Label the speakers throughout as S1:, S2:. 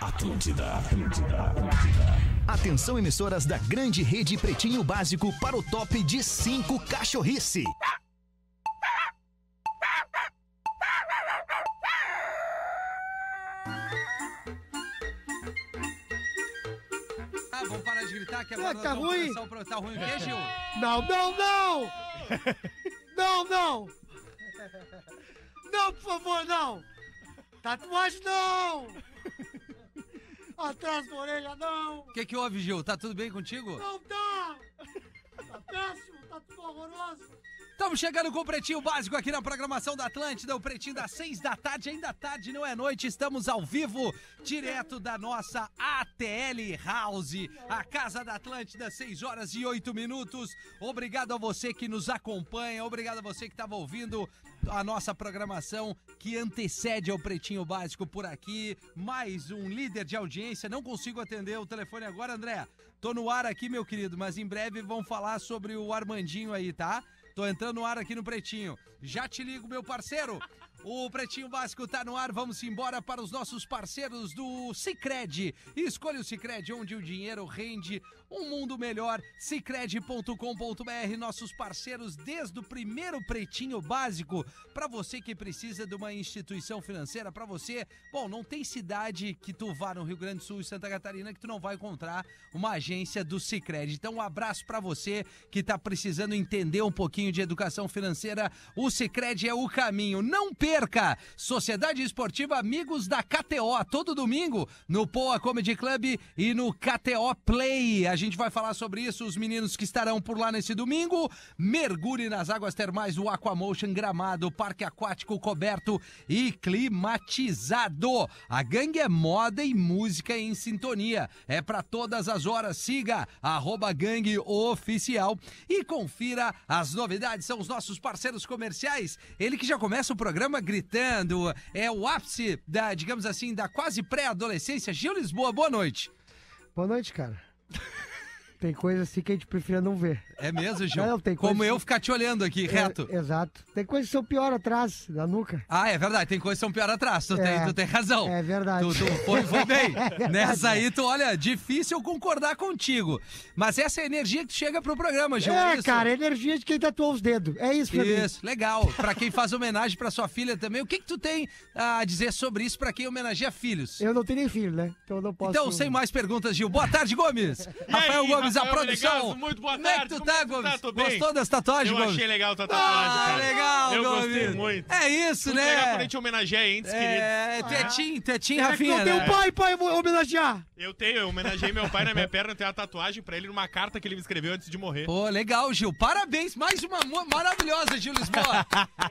S1: Atlântida, Atlântida, Atlântida. Atenção, emissoras da grande rede Pretinho Básico para o top de 5 cachorrice.
S2: Ah, vamos parar de gritar que
S3: Será
S2: agora nós
S3: que tá
S2: vamos
S3: ruim?
S2: começar o pro- Tá ruim o quê, Gil?
S3: Não, não, não! Não, não! Não, por favor, não! Tatuagem, não! Atrás da orelha, não!
S2: O que que houve, Gil? Tá tudo bem contigo?
S3: Não dá! Tá péssimo, tá tudo horroroso!
S2: Estamos chegando com o Pretinho Básico aqui na programação da Atlântida, o Pretinho das seis da tarde, ainda tarde, não é noite, estamos ao vivo, direto da nossa ATL House, a Casa da Atlântida, seis horas e oito minutos. Obrigado a você que nos acompanha, obrigado a você que estava ouvindo a nossa programação que antecede ao Pretinho Básico por aqui. Mais um líder de audiência, não consigo atender o telefone agora, André. Tô no ar aqui, meu querido, mas em breve vão falar sobre o Armandinho aí, tá? Tô entrando no ar aqui no Pretinho. Já te ligo, meu parceiro. O Pretinho Básico tá no ar. Vamos embora para os nossos parceiros do Cicred. Escolha o Cicred, onde o dinheiro rende um mundo melhor. Cicred.com.br, nossos parceiros desde o primeiro Pretinho Básico. Para você que precisa de uma instituição financeira, para você, bom, não tem cidade que tu vá no Rio Grande do Sul e Santa Catarina que tu não vai encontrar uma agência do Cicred. Então, um abraço para você que tá precisando entender um pouquinho de educação financeira. O Cicred é o caminho. Não perca! Sociedade Esportiva Amigos da KTO, todo domingo no Poa Comedy Club e no KTO Play. A gente vai falar sobre isso, os meninos que estarão por lá nesse domingo. Mergulhe nas águas termais do Aquamotion Gramado, parque aquático coberto e climatizado. A gangue é moda e música em sintonia. É para todas as horas. Siga arroba gangue oficial e confira as novidades. São os nossos parceiros comerciais. Ele que já começa o programa gritando. É o ápice da, digamos assim, da quase pré-adolescência. Gil Lisboa, boa noite.
S3: Boa noite, cara. Tem coisa assim que a gente preferia não ver.
S2: É mesmo, Gil?
S3: Não, tem
S2: Como
S3: coisa
S2: eu
S3: que-
S2: ficar te olhando aqui, reto.
S3: É, exato. Tem coisas que são pior atrás, na nuca.
S2: Ah, é verdade, tem coisas que são pior atrás, tu,
S3: É.
S2: tem, tu tem razão.
S3: É verdade. É
S2: Tu, tu foi, foi bem. Nessa aí, tu, olha, difícil eu concordar contigo. Mas essa é a energia que chega pro programa, Gil.
S3: é,
S2: isso.
S3: cara, é energia de quem tatuou os dedos. É isso, pra mim.
S2: Isso, legal. Pra quem faz homenagem pra sua filha também, o que que tu tem a dizer sobre isso pra quem homenageia filhos?
S3: Eu não tenho nem filho, né? Então eu não posso.
S2: Então, sem mais perguntas, Gil. Boa tarde, Gomes. Rafael
S4: aí,
S2: Gomes, a
S4: Rafael
S2: produção.
S4: Menegasso, muito boa
S2: Como é que
S4: tarde,
S2: tu tá,
S4: como é que tu tá?
S2: Gomes?
S4: Tô bem.
S2: Gostou das tatuagens,
S4: Eu
S2: Gomes?
S4: achei legal tua tatuagem,
S2: Ah,
S4: cara.
S2: legal,
S4: Eu
S2: Gomes.
S4: gostei muito.
S2: É isso,
S4: Muito
S2: né?
S4: legal quando a gente homenageia entes, queridos.
S2: É, Tetinho, Tetinho,
S3: É que
S2: Rafinha.
S3: eu tenho
S2: né?
S3: um pai, pai, eu vou homenagear.
S4: Eu tenho, eu homenageei meu pai na minha perna, eu tenho uma tatuagem pra ele numa carta que ele me escreveu antes de morrer.
S2: Pô, legal, Gil. Parabéns. Mais uma mo- maravilhosa, Gil Lisboa.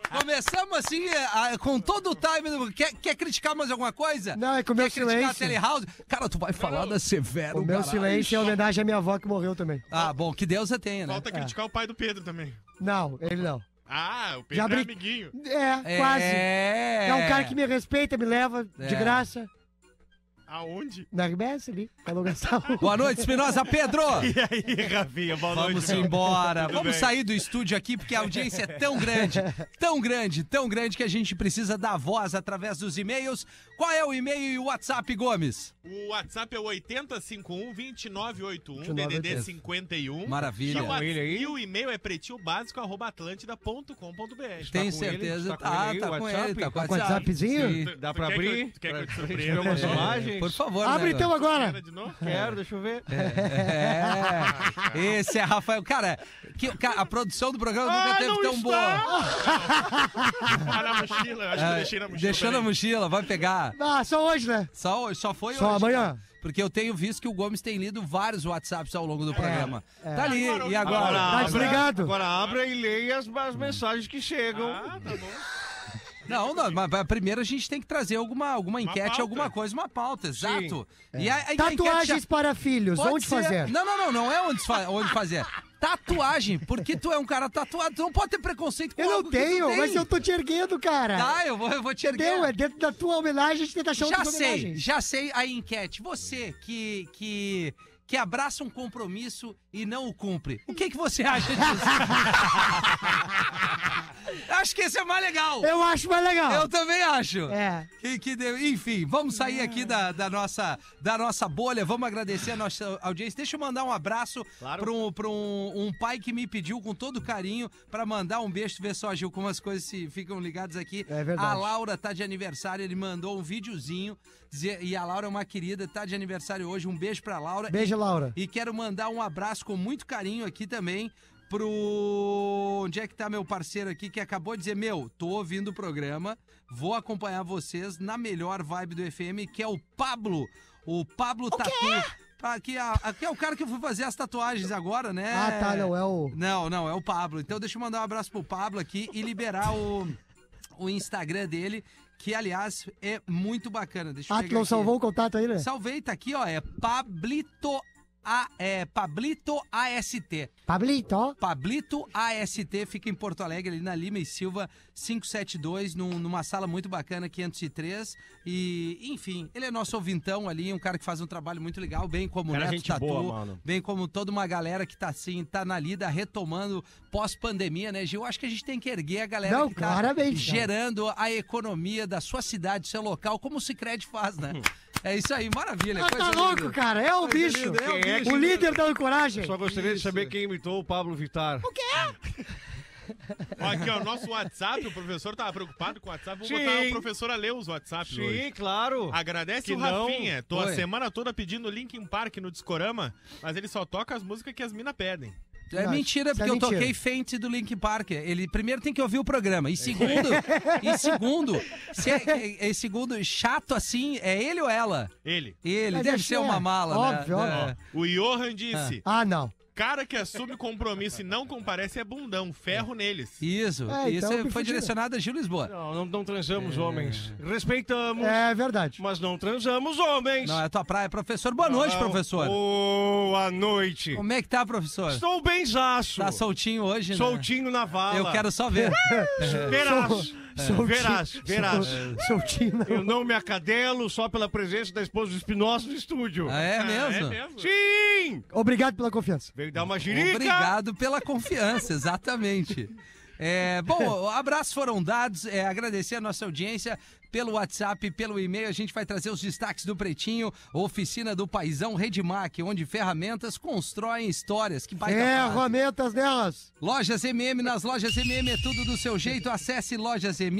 S2: Começamos assim, é, a- com todo o time. do- Quer, quer criticar mais alguma coisa?
S3: Não, é com o meu
S2: Quer criticar a
S3: silêncio.
S2: Telehouse? Cara, tu vai falar da Severo,
S3: O meu
S2: caralho.
S3: silêncio é homenagem à minha avó que morreu também.
S2: Ah, bom, que Deus a tenha, né?
S4: Falta criticar o pai do Pedro também.
S3: Não, ele não.
S4: Ah, o Pedro
S3: Já
S4: é
S3: brin-
S4: amiguinho.
S3: É, quase. É...
S2: É...
S3: um cara que me respeita, me leva de
S2: É.
S3: graça.
S4: Aonde?
S3: Na RBS ali, na alugação.
S2: Boa noite, Espinosa Pedro.
S4: E aí, Rafinha, boa
S2: Vamos
S4: meu.
S2: embora.
S4: Tudo
S2: Vamos
S4: bem?
S2: sair do estúdio aqui porque a audiência é tão grande, tão grande, tão grande que a gente precisa dar voz através dos e-mails. Qual é o e-mail e o WhatsApp, Gomes?
S4: O WhatsApp é o 8051-2981,
S3: 2981.
S4: DDD 51.
S2: Maravilha.
S4: E o
S2: Tá
S4: wa- E o e-mail é pretinhobásico.atlântida.com.br.
S2: Tenho
S5: com ele?
S2: certeza.
S5: Tá com
S2: Ah,
S5: ele aí,
S2: tá com
S5: WhatsApp?
S2: ele, tá com
S3: Com o WhatsAppzinho?
S2: Sim.
S5: Dá
S4: Tu
S5: pra
S4: quer que eu-
S5: abrir?
S4: tu quer que eu te
S5: Pra- pra
S4: surpreenda?
S5: gente ver umas
S4: É.
S5: imagens?
S2: Por favor,
S3: Abre
S2: né,
S3: então
S4: Era
S3: agora.
S4: de novo?
S5: Quero, deixa eu ver.
S2: É. Esse é Rafael. Cara, que- ca- a produção do programa
S5: Ah,
S2: nunca teve tão boa.
S4: Ah, na mochila. Eu acho
S2: É,
S4: que eu deixei na mochila.
S2: Deixando a
S4: peraí.
S2: mochila, vai pegar.
S3: Ah, só hoje, né?
S2: Só, hoje- só foi hoje.
S3: Só amanhã.
S2: cara. Porque eu tenho visto que o Gomes tem lido vários WhatsApps ao
S3: É,
S2: longo do programa. Tá ali, e agora?
S3: Tá
S5: Agora-
S3: desligado.
S5: Agora abra e leia as, as mensagens que chegam.
S4: Ah, tá bom.
S2: Não, não, mas mas primeiro a gente tem que trazer alguma, alguma enquete,
S4: pauta.
S2: alguma coisa, uma pauta, exato. E a- a- a enquete já-
S3: É. Tatuagens para filhos,
S2: Pode
S3: onde
S2: ser-
S3: fazer?
S2: Não, não, não, não é onde, fa- onde fazer. Tatuagem, porque tu é um cara tatuado, tu não pode ter preconceito com
S3: eu
S2: algo
S3: não
S2: que tu
S3: tenho,
S2: tem.
S3: mas eu tô te erguendo, cara.
S2: Tá, eu vou, eu vou te erguer.
S3: Entendeu? É dentro da tua homenagem, é a gente tenta achar
S2: já
S3: outras
S2: sei,
S3: homenagens.
S2: já sei a enquete. Você que, que, que abraça um compromisso e não o cumpre, o que, que você acha disso? Acho que esse é mais legal.
S3: Eu acho mais legal.
S2: Eu também acho.
S3: É.
S2: Que, que de- Enfim, vamos sair aqui da, da nossa, da nossa bolha. Vamos agradecer a nossa audiência. Deixa eu mandar um abraço
S4: Claro.
S2: para um, pra um, um pai que me pediu com todo carinho para mandar um beijo. Vê só, Gil, como as coisas se ficam ligadas aqui.
S3: É verdade.
S2: A Laura tá de aniversário. Ele mandou um videozinho. dizer- e a Laura é uma querida, tá de aniversário hoje. Um beijo para Laura.
S3: Beijo, Laura.
S2: E quero mandar um abraço com muito carinho aqui também pro. Onde é que tá meu parceiro aqui que acabou de dizer: Meu, tô ouvindo o programa, vou acompanhar vocês na melhor vibe do FM, que é o Pablo. O Pablo Tatu. Tá, Que, a- a- que é o cara que eu fui fazer as tatuagens agora, né?
S3: Ah, tá, não, é o...
S2: Não, não, é o Pablo. Então deixa eu mandar um abraço pro Pablo aqui e liberar o, o Instagram dele, que aliás é muito bacana. Deixa eu
S3: Ah, tu
S2: pegar
S3: não
S2: aqui.
S3: salvou o contato aí, né?
S2: Salvei, tá aqui, ó. É Pablito. A, é Pablito AST.
S3: Pablito, ó.
S2: Pablito AST fica em Porto Alegre, ali na Lima e Silva 572, num- numa sala muito bacana, 503. E, enfim, ele é nosso ouvintão ali, um cara que faz um trabalho muito legal, bem como o
S5: Cara,
S2: Neto
S5: gente
S2: Tatu,
S5: boa, mano.
S2: bem como toda uma galera que tá assim, tá na lida, retomando pós-pandemia, né, Gil? Acho que a gente tem que erguer a galera
S3: Não,
S2: que tá
S3: claramente, cara.
S2: gerando a economia da sua cidade, seu local, como o Cicred faz, né?
S5: Hum.
S2: É isso aí, maravilha.
S3: Ah, tá
S2: coisa
S3: louco,
S2: linda.
S3: cara, é o
S2: Coisa
S3: bicho.
S2: linda, é o
S5: Quem é
S2: bicho.
S5: que-
S3: O líder da coragem.
S5: Só gostaria
S2: Isso.
S5: de saber quem imitou o Pablo Vittar.
S4: Ó, aqui, ó, nosso WhatsApp, o professor tava preocupado com o WhatsApp. Vou
S5: Sim.
S4: botar o professor a ler os WhatsApp hoje.
S5: Sim, claro.
S4: Agradece
S5: Que
S4: o
S5: não.
S4: Rafinha. Tô
S2: Oi.
S4: a semana toda pedindo Linkin Park no Discorama, mas ele só toca as músicas que as mina pedem.
S2: É
S3: Verdade.
S2: mentira,
S3: Isso é
S2: porque eu toquei
S3: mentira.
S2: Faint do Linkin Park. Ele primeiro tem que ouvir o programa. E segundo, e segundo, se é, é- é segundo, chato assim, é ele ou ela?
S4: Ele.
S2: Ele,
S3: Mas
S2: deve
S3: acho
S2: ser
S3: que é.
S2: uma mala,
S3: Óbvio,
S2: né?
S3: óbvio.
S2: É.
S4: O Johan disse:
S3: Ah, não.
S4: cara que assume compromisso e não comparece é bundão, ferro neles.
S2: Isso,
S3: É,
S2: isso
S3: então me
S2: foi
S3: fudiram.
S2: direcionado a Gil Lisboa.
S5: Não, não, não transamos
S2: É.
S5: homens. Respeitamos,
S3: É verdade.
S5: mas não transamos homens.
S2: Não, é a tua praia, professor. Boa noite,
S5: Não.
S2: professor.
S5: Boa noite.
S2: Como é que tá, professor?
S5: Estou benzaço.
S2: Tá soltinho hoje, né?
S5: Soltinho na vala. É.
S2: Eu quero só ver.
S5: Verás.
S3: Sou
S5: Verás,
S3: ti-
S5: verás.
S3: sou- Sou Tina.
S5: Eu não me acadelo só pela presença da esposa do Espinosa no estúdio.
S2: Ah, é mesmo?
S4: É mesmo?
S5: Sim!
S3: Obrigado pela confiança.
S5: Veio dar uma girica.
S2: Obrigado pela confiança, exatamente. É, bom, abraços foram dados. é, agradecer a nossa audiência pelo WhatsApp, pelo e-mail. A gente vai trazer os destaques do Pretinho, Oficina do Paizão Redmac, onde ferramentas constroem histórias. Que baita
S3: É,
S2: frase.
S3: Ferramentas delas.
S2: Lojas MM, nas lojas MM é tudo do seu jeito. Acesse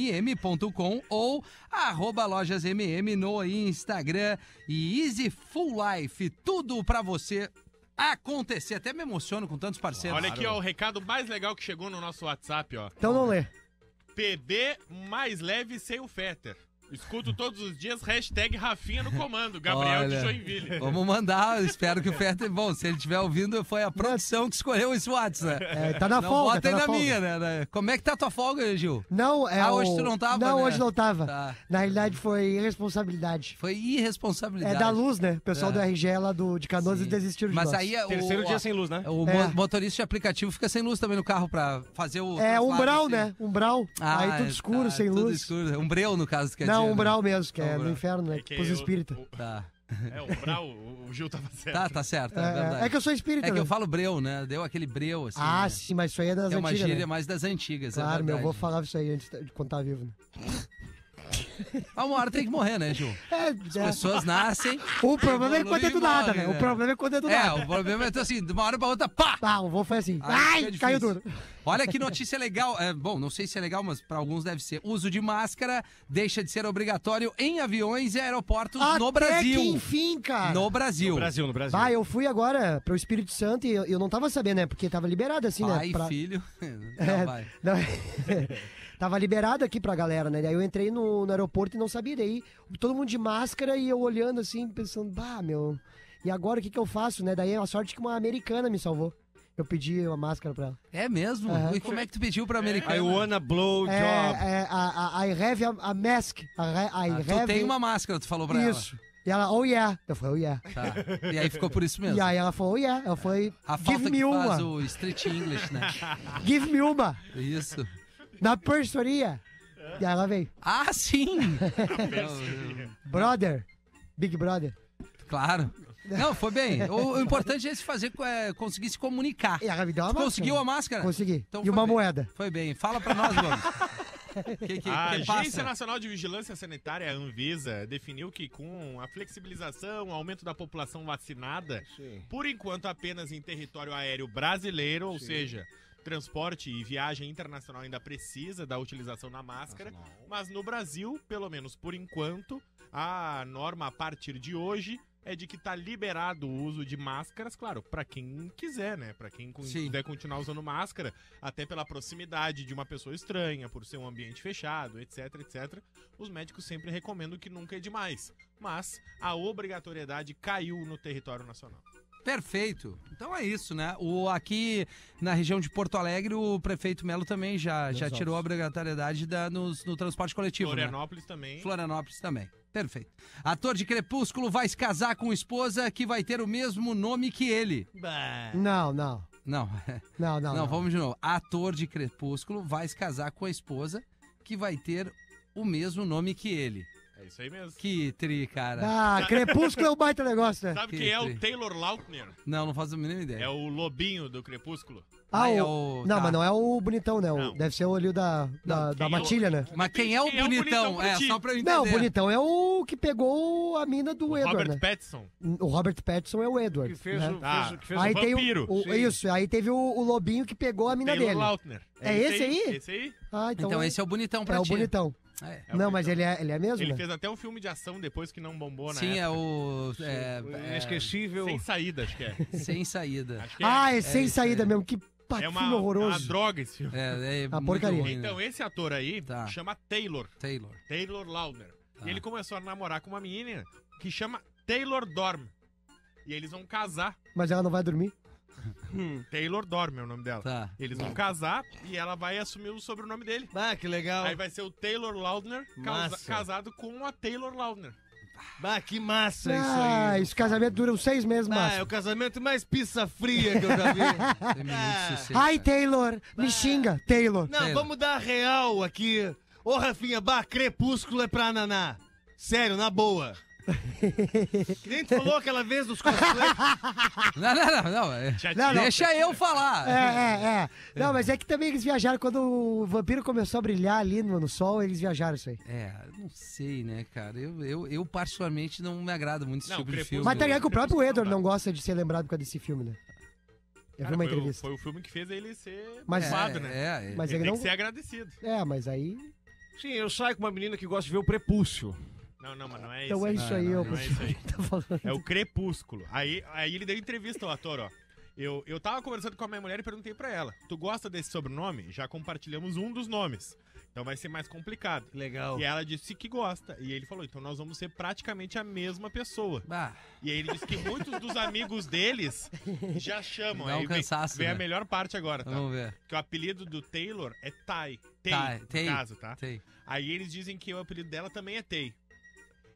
S2: lojasmm.com ou arroba lojasmm no Instagram. E Easy Full Life, tudo pra você acontecer. Até me emociono com tantos parceiros.
S4: Olha aqui, ó, o recado mais legal que chegou no nosso WhatsApp, ó.
S3: Então não lê.
S4: PB mais leve sem o Fetter. Escuto todos os dias, hashtag Rafinha no comando, Gabriel
S2: Olha.
S4: de Joinville.
S2: Vamos mandar, eu espero que o Fetter. Bom, se ele estiver ouvindo, foi a produção que escolheu esse WhatsApp. né?
S3: É, tá na
S2: Não
S3: folga.
S2: bota
S3: tá
S2: aí
S3: na
S2: na
S3: folga.
S2: minha, né, né? Como é que tá a tua folga, Gil?
S3: Não, é
S2: Ah,
S3: o-
S2: hoje tu não tava,
S3: Não,
S2: né?
S3: hoje não tava.
S2: Tá.
S3: Na realidade foi irresponsabilidade.
S2: Foi
S3: É
S2: irresponsabilidade.
S3: da luz, né? O pessoal do RG lá do, de Canoas
S2: É. Sim.
S3: desistiram de
S2: Mas
S3: nós.
S2: aí é o.
S5: Terceiro dia sem luz, né?
S2: O
S3: É.
S2: mo- motorista de aplicativo fica sem luz também no carro pra fazer o.
S3: É
S2: traslado,
S3: umbral,
S2: assim.
S3: né? Umbral.
S2: Ah,
S3: aí tudo escuro,
S2: tá,
S3: sem
S2: tudo
S3: luz.
S2: escuro. Umbreu, no caso, quer dizer.
S3: Não,
S2: né?
S3: umbral mesmo, que é
S2: Umbral.
S3: no inferno, né?
S4: É que
S3: Pros
S4: o-
S3: espírita.
S4: o-
S2: Tá,
S4: É, o Brau, o o Gil tava certo.
S2: tá, tá certo. É,
S3: É,
S2: verdade.
S3: é que eu sou espírita.
S2: É que
S3: né?
S2: eu falo breu, né? Deu aquele breu, assim.
S3: Ah,
S2: né?
S3: sim, mas isso aí é das
S2: É uma
S3: antigas.
S2: gíria
S3: né?
S2: mais das antigas, é
S3: Claro, meu
S2: verdade.
S3: avô falava isso aí antes de contar vivo. Né?
S2: Ah, uma hora tem que morrer, né, Gil?
S3: É, é.
S2: Pessoas nascem.
S3: O problema é
S2: evolui
S3: quando é do
S2: e
S3: nada,
S2: morre,
S3: né?
S2: né?
S3: O problema é quando é do
S2: É,
S3: nada.
S2: o problema é que assim, de uma hora pra outra, pá!
S3: Ah, o voo foi assim.
S2: Aí
S3: Ai,
S2: fica
S3: caiu
S2: difícil.
S3: duro.
S2: Olha que notícia legal. É, bom, não sei se é legal, mas para alguns deve ser. Uso de máscara deixa de ser obrigatório em aviões e aeroportos no
S3: Até
S2: Brasil.
S3: Que enfim, cara.
S2: No Brasil.
S5: Brasil, no Brasil.
S3: Vai, eu fui agora pro Espírito Santo e eu, eu não tava sabendo, né? Porque tava liberado assim,
S2: Pai,
S3: né? pra-
S2: filho.
S3: É,
S2: Não, vai.
S3: não, tava liberado aqui pra galera, né? Daí eu entrei no, no aeroporto e não sabia. Daí todo mundo de máscara e eu olhando assim, pensando, bah, meu. E agora o que, que eu faço, né? Daí a sorte que uma americana me salvou. Eu pedi uma máscara pra ela.
S2: É mesmo?
S3: Aham.
S2: E como é que tu pediu pra americana?
S5: I wanna blow
S3: É,
S5: job.
S3: é, a, a, I have a, a mask. A, re- I
S2: Ah,
S3: have
S2: tu tem uma máscara, tu falou pra
S3: Isso. E ela, oh yeah. Eu falei, oh yeah.
S2: ela. Tá. E aí ficou por isso mesmo.
S3: E aí ela falou, oh yeah. Eu falei,
S2: A falta
S3: give me
S2: que
S3: uma.
S2: faz o Street English, né?
S3: Give me uma.
S2: Isso.
S3: Na pursoria. E aí ela veio,
S2: Ah, sim!
S3: brother. Big brother.
S2: claro. Não, foi bem. O, o importante é se fazer, é, conseguir se comunicar.
S3: E a Gabi deu uma
S2: Tu
S3: máscara.
S2: conseguiu a máscara?
S3: Consegui.
S2: Então
S3: e
S2: foi
S3: uma
S2: bem.
S3: moeda.
S2: Foi bem. Fala pra nós, Gomes. O que, que,
S4: A
S2: que
S4: Agência
S2: passa?
S4: Nacional de Vigilância Sanitária, a Anvisa, definiu que com a flexibilização, o aumento da população vacinada,
S2: é.
S5: Sim.
S4: por enquanto apenas em território aéreo brasileiro, ou seja, transporte e viagem internacional ainda precisa da utilização da máscara, mas no Brasil, pelo menos por enquanto, a norma a partir de hoje é de que tá liberado o uso de máscaras, claro, para quem quiser, né? Para quem con-
S2: Sim.
S4: quiser continuar usando máscara, até pela proximidade de uma pessoa estranha, por ser um ambiente fechado, etc, etc. Os médicos sempre recomendam que nunca é demais, mas a obrigatoriedade caiu no território nacional.
S2: Perfeito. Então é isso, né? O, aqui na região de Porto Alegre, o prefeito Melo também já, já
S3: Exato.
S2: tirou a obrigatoriedade da, nos- no transporte coletivo. né?
S4: Florianópolis também.
S2: Florianópolis também. Perfeito. Ator de Crepúsculo vai se casar com esposa que vai ter o mesmo nome que ele.
S3: Não, não.
S2: Não,
S3: Não,
S2: não,
S3: não. não.
S2: vamos de novo. Ator de Crepúsculo vai se casar com a esposa que vai ter o mesmo nome que ele.
S4: É isso aí mesmo.
S2: Que tri, cara.
S3: Ah, Crepúsculo é um baita negócio, né?
S4: Sabe
S2: Que
S4: quem é
S2: tri-
S4: o Taylor Lautner?
S2: Não, não faço a mínima ideia.
S4: É o lobinho do Crepúsculo.
S3: Ah,
S2: Ah, é
S3: o...
S2: o-
S3: Não,
S2: tá.
S3: mas não é o bonitão, né? O-
S4: Não.
S3: Deve ser o olho da, da,
S2: Não,
S3: da
S4: quem é o-
S3: matilha, né?
S2: Mas quem é o
S4: Quem é o bonitão
S2: bonitão?
S4: pra
S2: É,
S4: ti?
S2: só pra eu entender.
S3: Não, o bonitão é o que pegou a mina do
S4: O
S3: Edward,
S4: Robert
S3: né?
S4: Pattinson.
S3: O Robert Pattinson é o Edward.
S5: Que fez
S3: né?
S5: o,
S4: Tá.
S5: fez o- que fez
S3: aí
S5: o
S3: tem
S4: vampiro.
S3: o, o-
S5: Sim.
S3: isso, aí teve o, o lobinho que pegou a mina
S4: Taylor
S3: dele.
S4: Lautner.
S3: É esse aí?
S4: Esse aí?
S3: Ah,
S2: Então, esse é o bonitão pra
S3: é o
S2: ti.
S3: bonitão.
S2: É.
S4: É o
S3: não, mas
S4: bonitão.
S3: ele é, ele é mesmo,
S4: Ele
S3: né?
S4: fez até um filme de ação depois que não bombou, né?
S2: Sim, é o. É,
S5: o
S2: é,
S5: inesquecível.
S4: Sem saída, acho que é.
S2: sem saída.
S4: Acho que é.
S3: Ah, é, sem
S2: isso
S3: saída
S2: aí.
S3: mesmo. Que pá,
S4: é
S3: que
S4: uma,
S3: filme
S4: uma
S3: horroroso.
S4: droga esse filme.
S2: É, é
S3: Uma
S2: muito
S3: Tá porcaria.
S2: ruim, né?
S4: Então, esse ator aí
S2: Tá.
S4: chama Taylor.
S2: Taylor.
S4: Taylor Lautner.
S2: Tá.
S4: E ele começou a namorar com uma menina que chama Taylor Dorm. E eles vão casar.
S3: Mas ela não vai dormir.
S4: Taylor Dorm é o nome dela.
S2: Tá.
S4: Eles vão casar e ela vai assumir o sobrenome dele.
S5: Bah, Ah, que
S2: Tá.
S5: legal.
S4: Aí vai ser o Taylor Lautner causa-
S5: Massa.
S4: casado com a Taylor Lautner.
S5: Bah, que massa isso
S3: ah,
S5: aí.
S3: esse casamento dura uns seis meses,
S5: Ah,
S3: mas.
S5: é o casamento mais pizza fria que eu já vi.
S2: Tem muito sucesso.
S3: Ai, Taylor, me xinga, Taylor.
S5: Não,
S2: Sério.
S5: vamos dar real aqui. Ô, Rafinha, bah, crepúsculo é pra naná. Sério, na boa. Que nem tu falou aquela vez dos cosplays.
S2: Não, não, não. não. é-
S4: Já
S3: Ah, Não, não.
S2: Deixa eu falar.
S3: É, é, é. Não, mas é que também eles viajaram quando o vampiro começou a brilhar ali no, no sol, eles viajaram isso aí.
S2: É, não sei, né, cara? Eu, eu, eu particularmente não me agrada muito esse
S4: Não,
S2: tipo de
S4: Crepúsculo- é
S2: filme.
S3: Mas tá ligado que o próprio
S4: Crepúsculo não
S3: Edward
S4: dá.
S3: não gosta de ser lembrado por causa desse filme, né? Eu vi
S4: Cara,
S3: uma
S4: foi o-
S3: entrevista.
S4: Foi o filme que fez ele ser
S3: Mas-
S2: é,
S4: bombado, né?
S2: é, é.
S3: Mas
S4: ele
S3: ele
S4: tem
S3: não.
S4: que ser agradecido.
S3: É, mas aí.
S5: Sim, eu saio com uma menina que gosta de ver o prepúcio.
S4: Não, não, mas não é isso.
S3: Então é
S4: né?
S3: isso aí,
S2: não,
S3: eu
S4: não é isso aí.
S3: tá falando.
S4: É o Crepúsculo. Aí, aí ele deu entrevista ao ator, ó. Eu, eu tava conversando com a minha mulher e perguntei pra ela: Tu gosta desse sobrenome? Já compartilhamos um dos nomes. Então vai ser mais complicado.
S5: Legal.
S4: E ela disse que gosta. E ele falou: Então nós vamos ser praticamente a mesma pessoa.
S2: Bah,
S4: E aí ele disse que muitos dos amigos deles já chamam.
S2: Dá um
S4: aí vem,
S2: cansaço,
S4: vem
S2: né?
S4: a melhor parte agora, tá?
S2: vamos ver.
S4: Que o apelido do Taylor é Tay. Tay,
S2: Tá,
S4: no
S2: Tay.
S4: caso, tá?
S2: Tem.
S4: Aí eles dizem que o apelido dela também é Tay.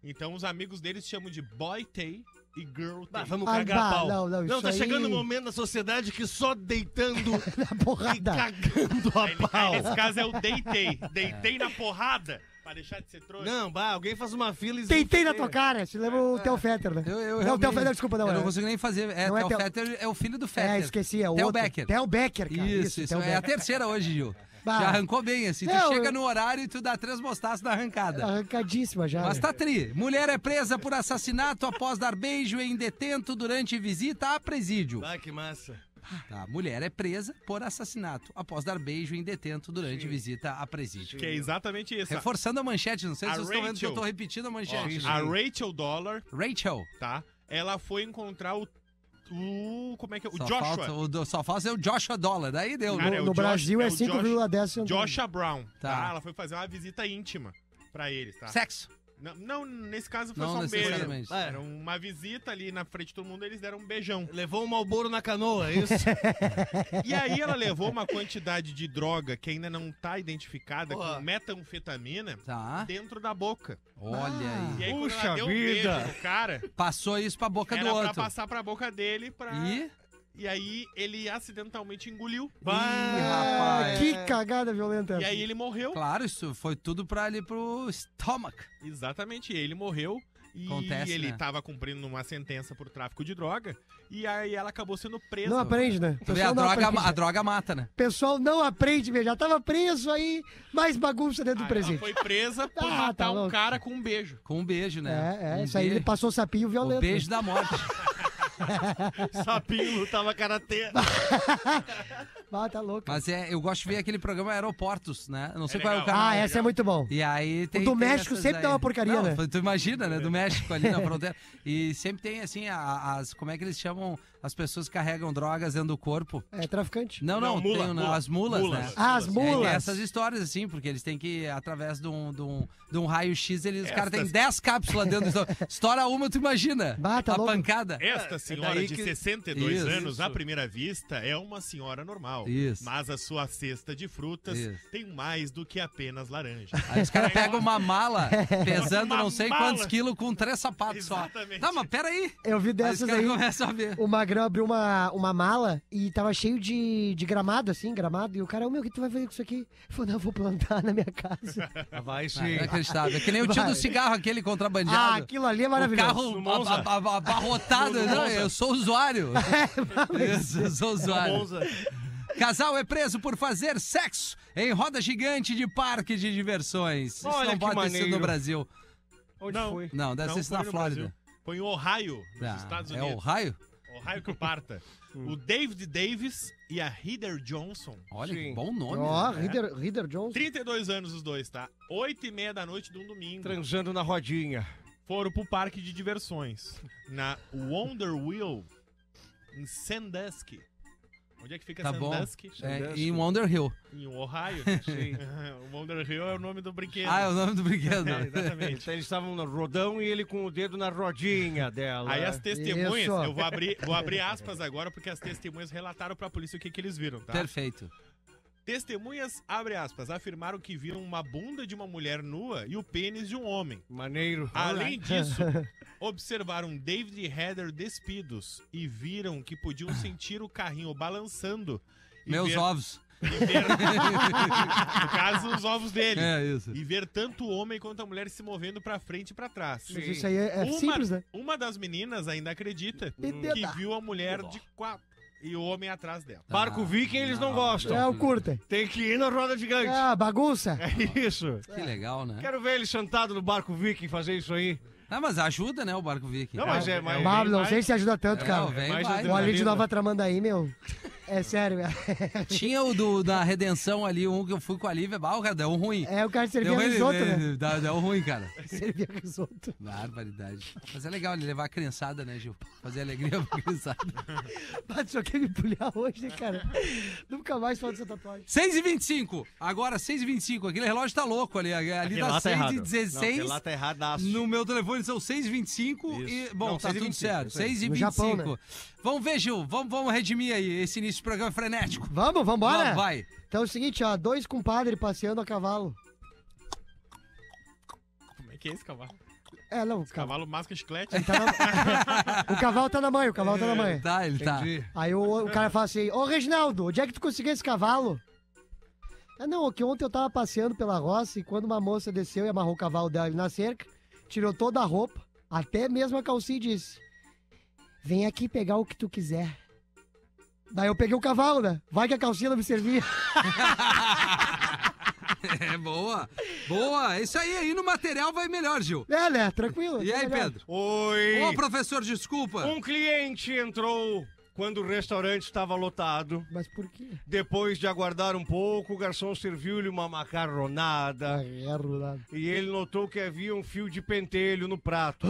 S4: Então os amigos deles chamam de Boy Tay e Girl
S5: Bah,
S4: Tay.
S5: vamos
S3: Ah,
S5: cagar
S3: bah,
S5: a pau.
S3: não, não, isso
S5: tá
S3: aí-
S5: chegando um momento na sociedade que só deitando
S3: Na
S5: e
S3: porrada.
S5: cagando
S4: Aí,
S5: a
S4: aí,
S5: pau.
S4: nesse caso é o Deitei. Deitei na porrada pra deixar de ser trouxa.
S5: Não, bah, alguém faz uma fila e...
S3: Tentei na tua cara, se lembra o Theo Fetter, né?
S2: Eu, eu
S3: não, o Theo
S2: realmente-
S3: Fetter, desculpa, não.
S2: Eu
S3: é.
S2: não consigo nem fazer. É,
S3: Não é
S2: Theo
S3: Theo-
S2: Fetter é o filho do Fetter.
S3: É, esqueci, é o
S2: Theo
S3: outro.
S2: Becker.
S3: Theo Becker, cara.
S2: Isso, isso.
S3: Theo
S2: É a
S3: Becker.
S2: terceira hoje, Gil.
S3: Bah.
S2: Já arrancou bem, assim.
S3: Não,
S2: tu chega
S3: eu-
S2: no horário e tu dá três mostaços na arrancada.
S3: É Arrancadíssima já. né?
S2: Mas tá tri. Mulher é presa por assassinato após dar beijo em detento durante visita a presídio.
S5: Ah, que massa.
S2: Tá, mulher é presa por assassinato após dar beijo em detento durante visita a presídio.
S4: Que é exatamente isso.
S2: Reforçando a manchete, não sei se
S4: A
S2: vocês estão vendo que eu
S4: Rachel.
S2: tô repetindo a manchete.
S4: A Rachel Dollar,
S2: Rachel.
S4: tá? Ela foi encontrar o. o como é que é? O
S2: Só
S4: Joshua.
S2: falta o do- só falta ser o Joshua Dollar. Daí deu, né?
S4: Cara, é
S3: no
S4: o
S3: no
S4: Josh-
S3: Brasil
S4: é
S3: é
S4: o
S3: 5,10 centavos.
S4: Joshua Brown. Tá.
S2: Tá.
S4: Ela foi fazer uma visita íntima pra eles, tá?
S2: Sexo.
S4: Não, não, nesse caso foi
S2: Não
S4: só um beijo.
S2: necessariamente.
S5: Ah,
S4: Era uma visita ali na frente de todo mundo, eles deram um beijão.
S5: Levou um malboro na canoa, é isso?
S4: E aí ela levou uma quantidade de droga que ainda não tá identificada,
S5: Porra.
S4: com metanfetamina,
S2: Tá.
S4: dentro da boca.
S2: Olha aí.
S4: E aí, quando
S5: Puxa
S4: ela deu um
S5: vida.
S4: beijo no cara,
S2: Passou isso pra boca
S4: era
S2: do
S4: pra
S2: outro.
S4: passar pra boca dele pra...
S2: E.
S4: E aí ele acidentalmente engoliu.
S2: Ih,
S5: Bah,
S2: rapaz.
S3: Ah, Que cagada violenta.
S4: E aí ele morreu.
S2: Claro, isso foi tudo pra ali pro estômago.
S4: Exatamente, ele morreu. E
S2: Acontece,
S4: ele
S2: né?
S4: tava cumprindo uma sentença por tráfico de droga. E aí ela acabou sendo presa.
S3: Não aprende, né?
S2: Tu vê, a,
S3: não
S2: droga, é
S3: aprende.
S2: a droga mata, né?
S3: Pessoal não aprende mesmo. Já tava preso aí, mais bagunça dentro
S4: Ah,
S3: do
S4: ela
S3: presídio.
S4: foi presa por
S3: é Ah, tá
S4: matar um
S3: louco.
S4: cara com um beijo.
S2: Com um beijo, né?
S3: É, é,
S2: Um
S3: isso aí
S2: be-
S3: ele passou o sapinho
S2: O
S3: violento.
S2: beijo da morte.
S5: Sapinho lutava karatê.
S3: Ah, tá louco.
S2: Mas é, eu gosto de ver aquele programa Aeroportos, né? Eu Não sei
S4: É
S2: qual é o
S4: legal.
S2: canal.
S3: ah, essa é muito bom.
S2: E aí tem.
S3: do
S2: tem
S3: México
S2: essas
S3: sempre dá uma porcaria,
S2: Não,
S3: né?
S2: Tu imagina, né? Do México ali na fronteira. E sempre tem, assim, a- as. Como é que eles chamam as pessoas que carregam drogas dentro do corpo?
S3: É traficante.
S2: Não, não,
S4: Não, mula,
S2: tem o-
S4: mula.
S2: as mulas,
S4: Mulas.
S2: né?
S3: Ah, as
S2: E aí tem
S3: mulas.
S2: essas histórias, assim, porque eles têm que, através de um, de um, de um raio-x, eles, os caras têm
S4: Estas-
S2: 10 cápsulas dentro do estômago. Estoura uma, tu imagina.
S3: Bah, tá
S2: a
S3: louco.
S2: pancada.
S4: Esta senhora
S2: daí
S4: de
S2: que-
S4: 62
S2: Isso.
S4: anos, à primeira vista, é uma senhora normal.
S2: Isso.
S4: Mas a sua cesta de frutas
S2: Isso.
S4: tem mais do que apenas laranja.
S2: Aí os caras pegam uma mala
S3: É.
S2: pesando
S4: Uma
S2: não sei
S4: mala.
S2: quantos quilos com três sapatos
S4: Exatamente.
S2: só. Tá, mas é peraí.
S3: Eu vi
S2: Aí os
S3: dessas
S2: caras
S3: aí.
S2: começam a ver.
S3: O Magrão abriu uma, uma mala e tava cheio de, de gramado, assim, gramado. E o cara, "Ô, meu, o que tu vai fazer com isso aqui? Eu falei, não, eu vou plantar na minha casa.
S5: Vai
S2: Não,
S5: sim.
S2: é inacreditável. É que nem o tio
S3: Vai.
S2: do cigarro, aquele
S3: ah,
S2: contrabandeado.
S3: aquilo ali é
S2: o
S3: maravilhoso.
S2: carro
S5: No Monza.
S2: ab- ab- abarrotado. Não, eu sou usuário.
S3: É,
S2: Isso, eu sou usuário.
S5: Monza.
S2: Casal é preso por fazer sexo em roda gigante de parque de diversões. Isso
S5: Olha
S2: não
S5: que
S2: pode ter sido no
S5: maneiro.
S2: Brasil.
S5: Onde
S4: Não.
S5: foi?
S2: Não, deve
S4: Não
S2: ser isso
S4: foi
S2: na
S4: no
S2: Flórida.
S4: Brasil. Foi em Ohio, nos
S2: Ah,
S4: Estados
S2: é
S4: Unidos.
S2: o raio?
S4: Ohio que parta. o David Davis e a Heather Johnson.
S2: Olha, que
S5: Sim.
S2: bom nome.
S3: Ó,
S2: né?
S3: Reader, Reader Jones.
S4: 32 anos os dois, tá? 8 e meia da noite de um domingo.
S5: Transando na rodinha.
S4: Foram pro parque de diversões. Na Wonder Wheel, em Sandusky. Onde é que fica
S2: Tá bom.
S4: Sandusky?
S2: É, em Wonder Hill.
S4: Em Ohio.
S5: Sim.
S4: o Wonder Hill é o nome do brinquedo.
S2: Ah, é o nome do brinquedo.
S4: É, exatamente.
S5: Então eles estavam no rodão e ele com o dedo na rodinha dela.
S4: Aí as testemunhas,
S3: Isso.
S4: eu vou abrir, vou abrir aspas agora, porque as testemunhas relataram pra polícia o que, que eles viram, tá?
S2: Perfeito.
S4: Testemunhas, abre aspas, afirmaram que viram uma bunda de uma mulher nua e o pênis de um homem.
S5: Maneiro.
S4: Além disso, observaram David e Heather despidos e viram que podiam sentir o carrinho balançando. e
S2: Meus
S4: ver-
S2: ovos.
S4: e ver- no caso, os ovos dele.
S2: É isso.
S4: E ver tanto o homem quanto a mulher se movendo pra frente e pra trás.
S3: Mas isso aí é, é
S4: Uma-
S3: simples, né?
S4: Uma das meninas ainda acredita que
S3: Pipeta.
S4: viu a mulher de quatro e o homem atrás dela.
S5: Barco Viking eles não gostam.
S3: É o curta.
S5: Tem que ir na roda gigante.
S3: Ah, bagunça.
S5: É isso.
S2: Que legal, né?
S5: Quero ver ele sentado no barco Viking fazer isso aí.
S2: Ah, mas ajuda, né, o Barco Viking.
S5: Não, mas é, mas
S4: é
S3: Bah,
S4: bem
S3: não
S4: mais-
S3: sei se ajuda tanto,
S2: É,
S3: cara.
S2: o velho
S5: mais
S2: vai.
S3: O
S5: adrenalina.
S3: ali de Nova Tramanda aí, meu. É sério,
S2: Tinha o do, da Redenção ali, um que eu fui com a Lívia. Ah, o cara deu ruim.
S3: é o cara que servia
S2: deu,
S3: risoto, né?
S2: deu, deu ruim, cara.
S3: Servia risoto.
S2: Barbaridade. Mas é legal ele levar a criançada, né, Gil? Fazer alegria pra criançada.
S3: Bate, só quer me pulhar hoje, né, cara? Nunca mais falo dessa tatuagem.
S2: 6h25. Agora, 6h25. Aquele relógio tá louco ali. Ali dá 6h16.
S5: tá erradaço.
S2: No meu telefone são 6h25 e.
S5: Isso.
S2: Bom,
S5: Não,
S2: tá
S5: 6h25,
S2: tudo certo.
S5: isso aí.
S2: 6h25.
S3: No Japão, né?
S2: Vamos ver, Gil. Vamos, vamos redimir aí esse início de programa é frenético.
S3: Vamos, vambora?
S2: Vamos, vai.
S3: Então é o seguinte, ó, dois compadres passeando a cavalo.
S4: Como é que é esse cavalo?
S3: É, não, o cavalo.
S4: Cavalo masca chiclete?
S3: Ele tá na- o cavalo tá na mãe, o cavalo tá na mãe.
S2: Tá, ele tá.
S5: Entendi.
S3: Aí o, o cara fala assim, ô Reginaldo, onde é que tu conseguiu esse cavalo? Ah, não, que ontem eu tava passeando pela roça e quando uma moça desceu e amarrou o cavalo dela ali na cerca, tirou toda a roupa, até mesmo a calcinha e disse, vem aqui pegar o que tu quiser. Daí eu peguei o cavalo, né? Vai que a calcinha não me servia.
S2: É boa. Boa. Isso aí, aí no material vai melhor, Gil.
S3: É, né? Tranquilo.
S2: E aí,
S3: melhor.
S2: Pedro?
S5: Oi.
S2: Ô, professor, desculpa.
S5: Um cliente entrou quando o restaurante estava lotado.
S3: Mas por quê?
S5: Depois de aguardar um pouco, o garçom serviu-lhe uma macarronada.
S3: Ah, é arrulado.
S5: e ele notou que havia um fio de pentelho no prato.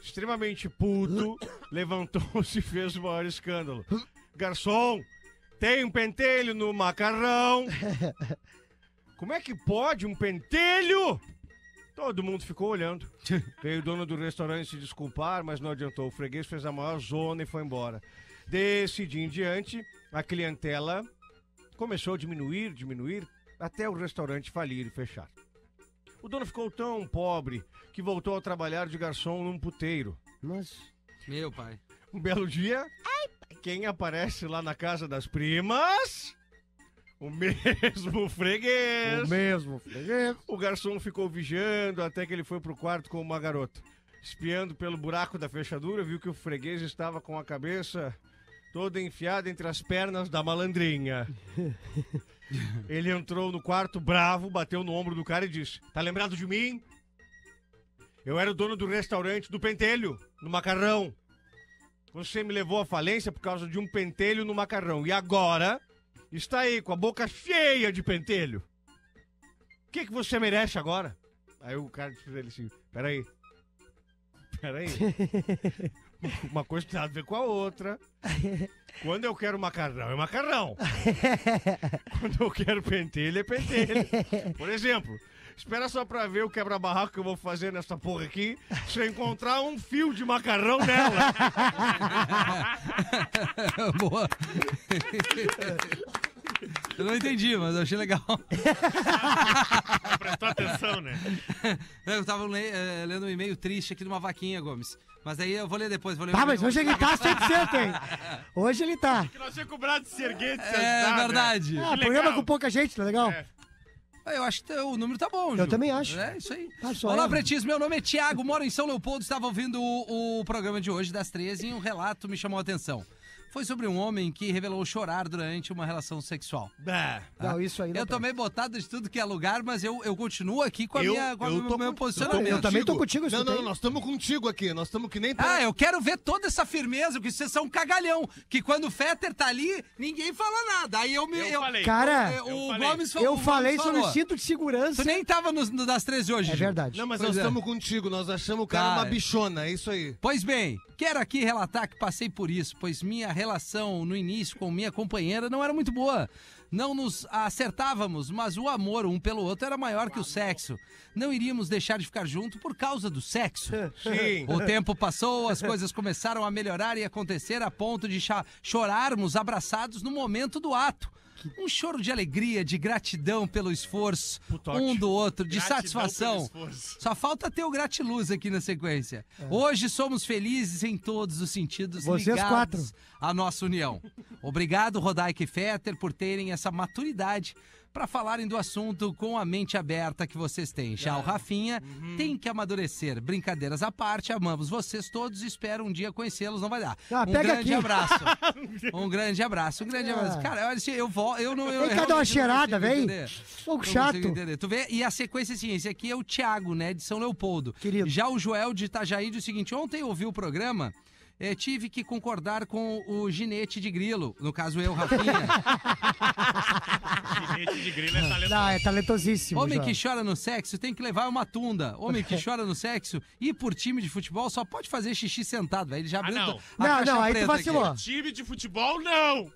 S5: Extremamente puto, levantou-se e fez o maior escândalo. Garçom, tem um pentelho no macarrão. Como é que pode um pentelho? Todo mundo ficou olhando. Veio o dono do restaurante se desculpar, mas não adiantou. O freguês fez a maior zona e foi embora. Desse dia em diante, a clientela começou a diminuir, diminuir, até o restaurante falir e fechar. O dono ficou tão pobre que voltou a trabalhar de garçom num puteiro.
S3: Nossa.
S2: Meu pai.
S5: Um belo dia, quem aparece lá na casa das primas? O mesmo freguês.
S3: mesmo.
S5: O garçom ficou vigiando até que ele foi pro quarto com uma garota. Espiando pelo buraco da fechadura, viu que o freguês estava com a cabeça toda enfiada entre as pernas da malandrinha. Ele entrou no quarto bravo, bateu no ombro do cara e disse: Tá lembrado de mim? Eu era o dono do restaurante do pentelho, no macarrão. Você me levou à falência por causa de um pentelho no macarrão. E agora está aí com a boca cheia de pentelho. O que, que você merece agora? Aí o cara disse pra ele assim: peraí. Peraí. Uma coisa tem nada a ver com a outra. Quando eu quero macarrão, é macarrão. Quando eu quero pentelho, é pentelho. Por exemplo, espera só pra ver o quebra-barraco que eu vou fazer nessa porra aqui se eu encontrar um fio de macarrão nela.
S2: Boa. Eu não entendi, mas eu achei legal.
S4: Prestou atenção, né?
S2: Eu tava le- eh, lendo um e-mail triste aqui de uma vaquinha, Gomes. Mas aí eu vou ler depois, vou ler o
S3: Ah,
S2: e-mail.
S3: mas hoje ele tá 100%, hein? Hoje ele tá.
S4: Que nós tínhamos cobrado de se erguer, de se
S2: É
S4: ajudar, né?
S2: verdade.
S3: Ah,
S4: Que
S3: programa
S4: legal.
S3: com pouca gente, tá legal?
S4: É.
S2: Ah, Eu acho que o número tá bom,
S3: Eu
S2: Ju.
S3: também acho.
S2: É, isso aí.
S3: Tá só
S2: Olá,
S3: ela.
S2: Pretis. Meu nome é Tiago, moro em São Leopoldo. Estava ouvindo o, o programa de hoje, das 13, e um relato me chamou a atenção. Foi sobre um homem que revelou chorar durante uma relação sexual.
S5: É,
S4: Bah.
S3: Não, isso aí não
S2: Eu
S3: presta.
S2: tomei botada de tudo que é lugar, mas eu, eu continuo aqui com, a
S6: Eu-
S2: minha, com a-
S6: eu tô
S2: o meu
S6: com-
S2: posicionamento.
S3: eu também tô
S6: Não,
S3: contigo, escutei.
S6: não, nós estamos contigo aqui. Nós estamos que nem.
S2: Ah,
S5: é.
S2: eu quero ver toda essa firmeza, porque vocês são um cagalhão. Que quando o Fetter tá ali, ninguém fala nada. Aí eu me.
S4: Eu,
S2: eu-
S4: falei.
S2: é,
S3: Cara,
S2: o
S4: eu falei.
S2: Gomes falou.
S3: eu
S2: o Gomes
S3: falei sobre
S2: falou.
S3: o cinto de segurança.
S2: Tu nem tava nos- no, das 13 hoje.
S3: É
S2: Ju.
S3: verdade.
S6: Não, mas
S2: Pois
S6: nós
S2: é.
S6: estamos contigo. Nós achamos o cara uma
S2: Cara.
S6: bichona, é isso aí.
S2: Pois bem, quero aqui relatar que passei por isso, pois minha relação no início com minha companheira não era muito boa. Não nos acertávamos, mas o amor um pelo outro era maior que o sexo. Não iríamos deixar de ficar junto por causa do sexo.
S5: Sim.
S2: O tempo passou, as coisas começaram a melhorar e acontecer a ponto de cha- chorarmos abraçados no momento do ato. Um choro de alegria, de gratidão pelo esforço
S5: Putote.
S2: um do outro, de
S4: Gratidão
S2: satisfação.
S4: pelo esforço.
S2: Só falta ter o gratiluz aqui na sequência. Hoje somos felizes em todos os sentidos
S3: É. Vocês
S2: ligados
S3: quatro.
S2: à nossa união. Obrigado, Rodaica e Fetter, por terem essa maturidade para falarem do assunto com a mente aberta que vocês têm. Já o Rafinha
S4: Uhum.
S2: tem que amadurecer. Brincadeiras à parte, amamos vocês todos e espero um dia conhecê-los, não vai dar.
S3: Ah,
S2: um
S3: pega
S2: grande
S3: aqui. Ah.
S2: abraço. Um grande abraço, um grande abraço. Cara, olha, eu, vou, eu não... Eu,
S3: Vem cá dar uma
S2: realmente não
S3: cheirada,
S2: consigo
S3: vem.
S2: entender.
S3: Pouco
S2: Não consigo
S3: chato.
S2: entender. Tu vê? E a sequência é assim, esse aqui é o Thiago, né, de São Leopoldo.
S3: Querido.
S2: Já o Joel de Itajaí diz o seguinte, ontem eu ouvi o programa, eh, tive que concordar com o ginete de grilo, no caso eu, Rafinha.
S4: Ginete de grilo é talentoso.
S3: Não, é talentosíssimo.
S2: Homem
S3: já.
S2: que chora no sexo tem que levar uma tunda. Homem que chora no sexo e por time de futebol só pode fazer xixi sentado, velho. Ele já abriu
S4: não.
S2: a
S3: Não,
S2: caixa
S3: não, aí tu
S2: preta
S3: vacilou.
S2: aqui.
S4: Time de futebol, não!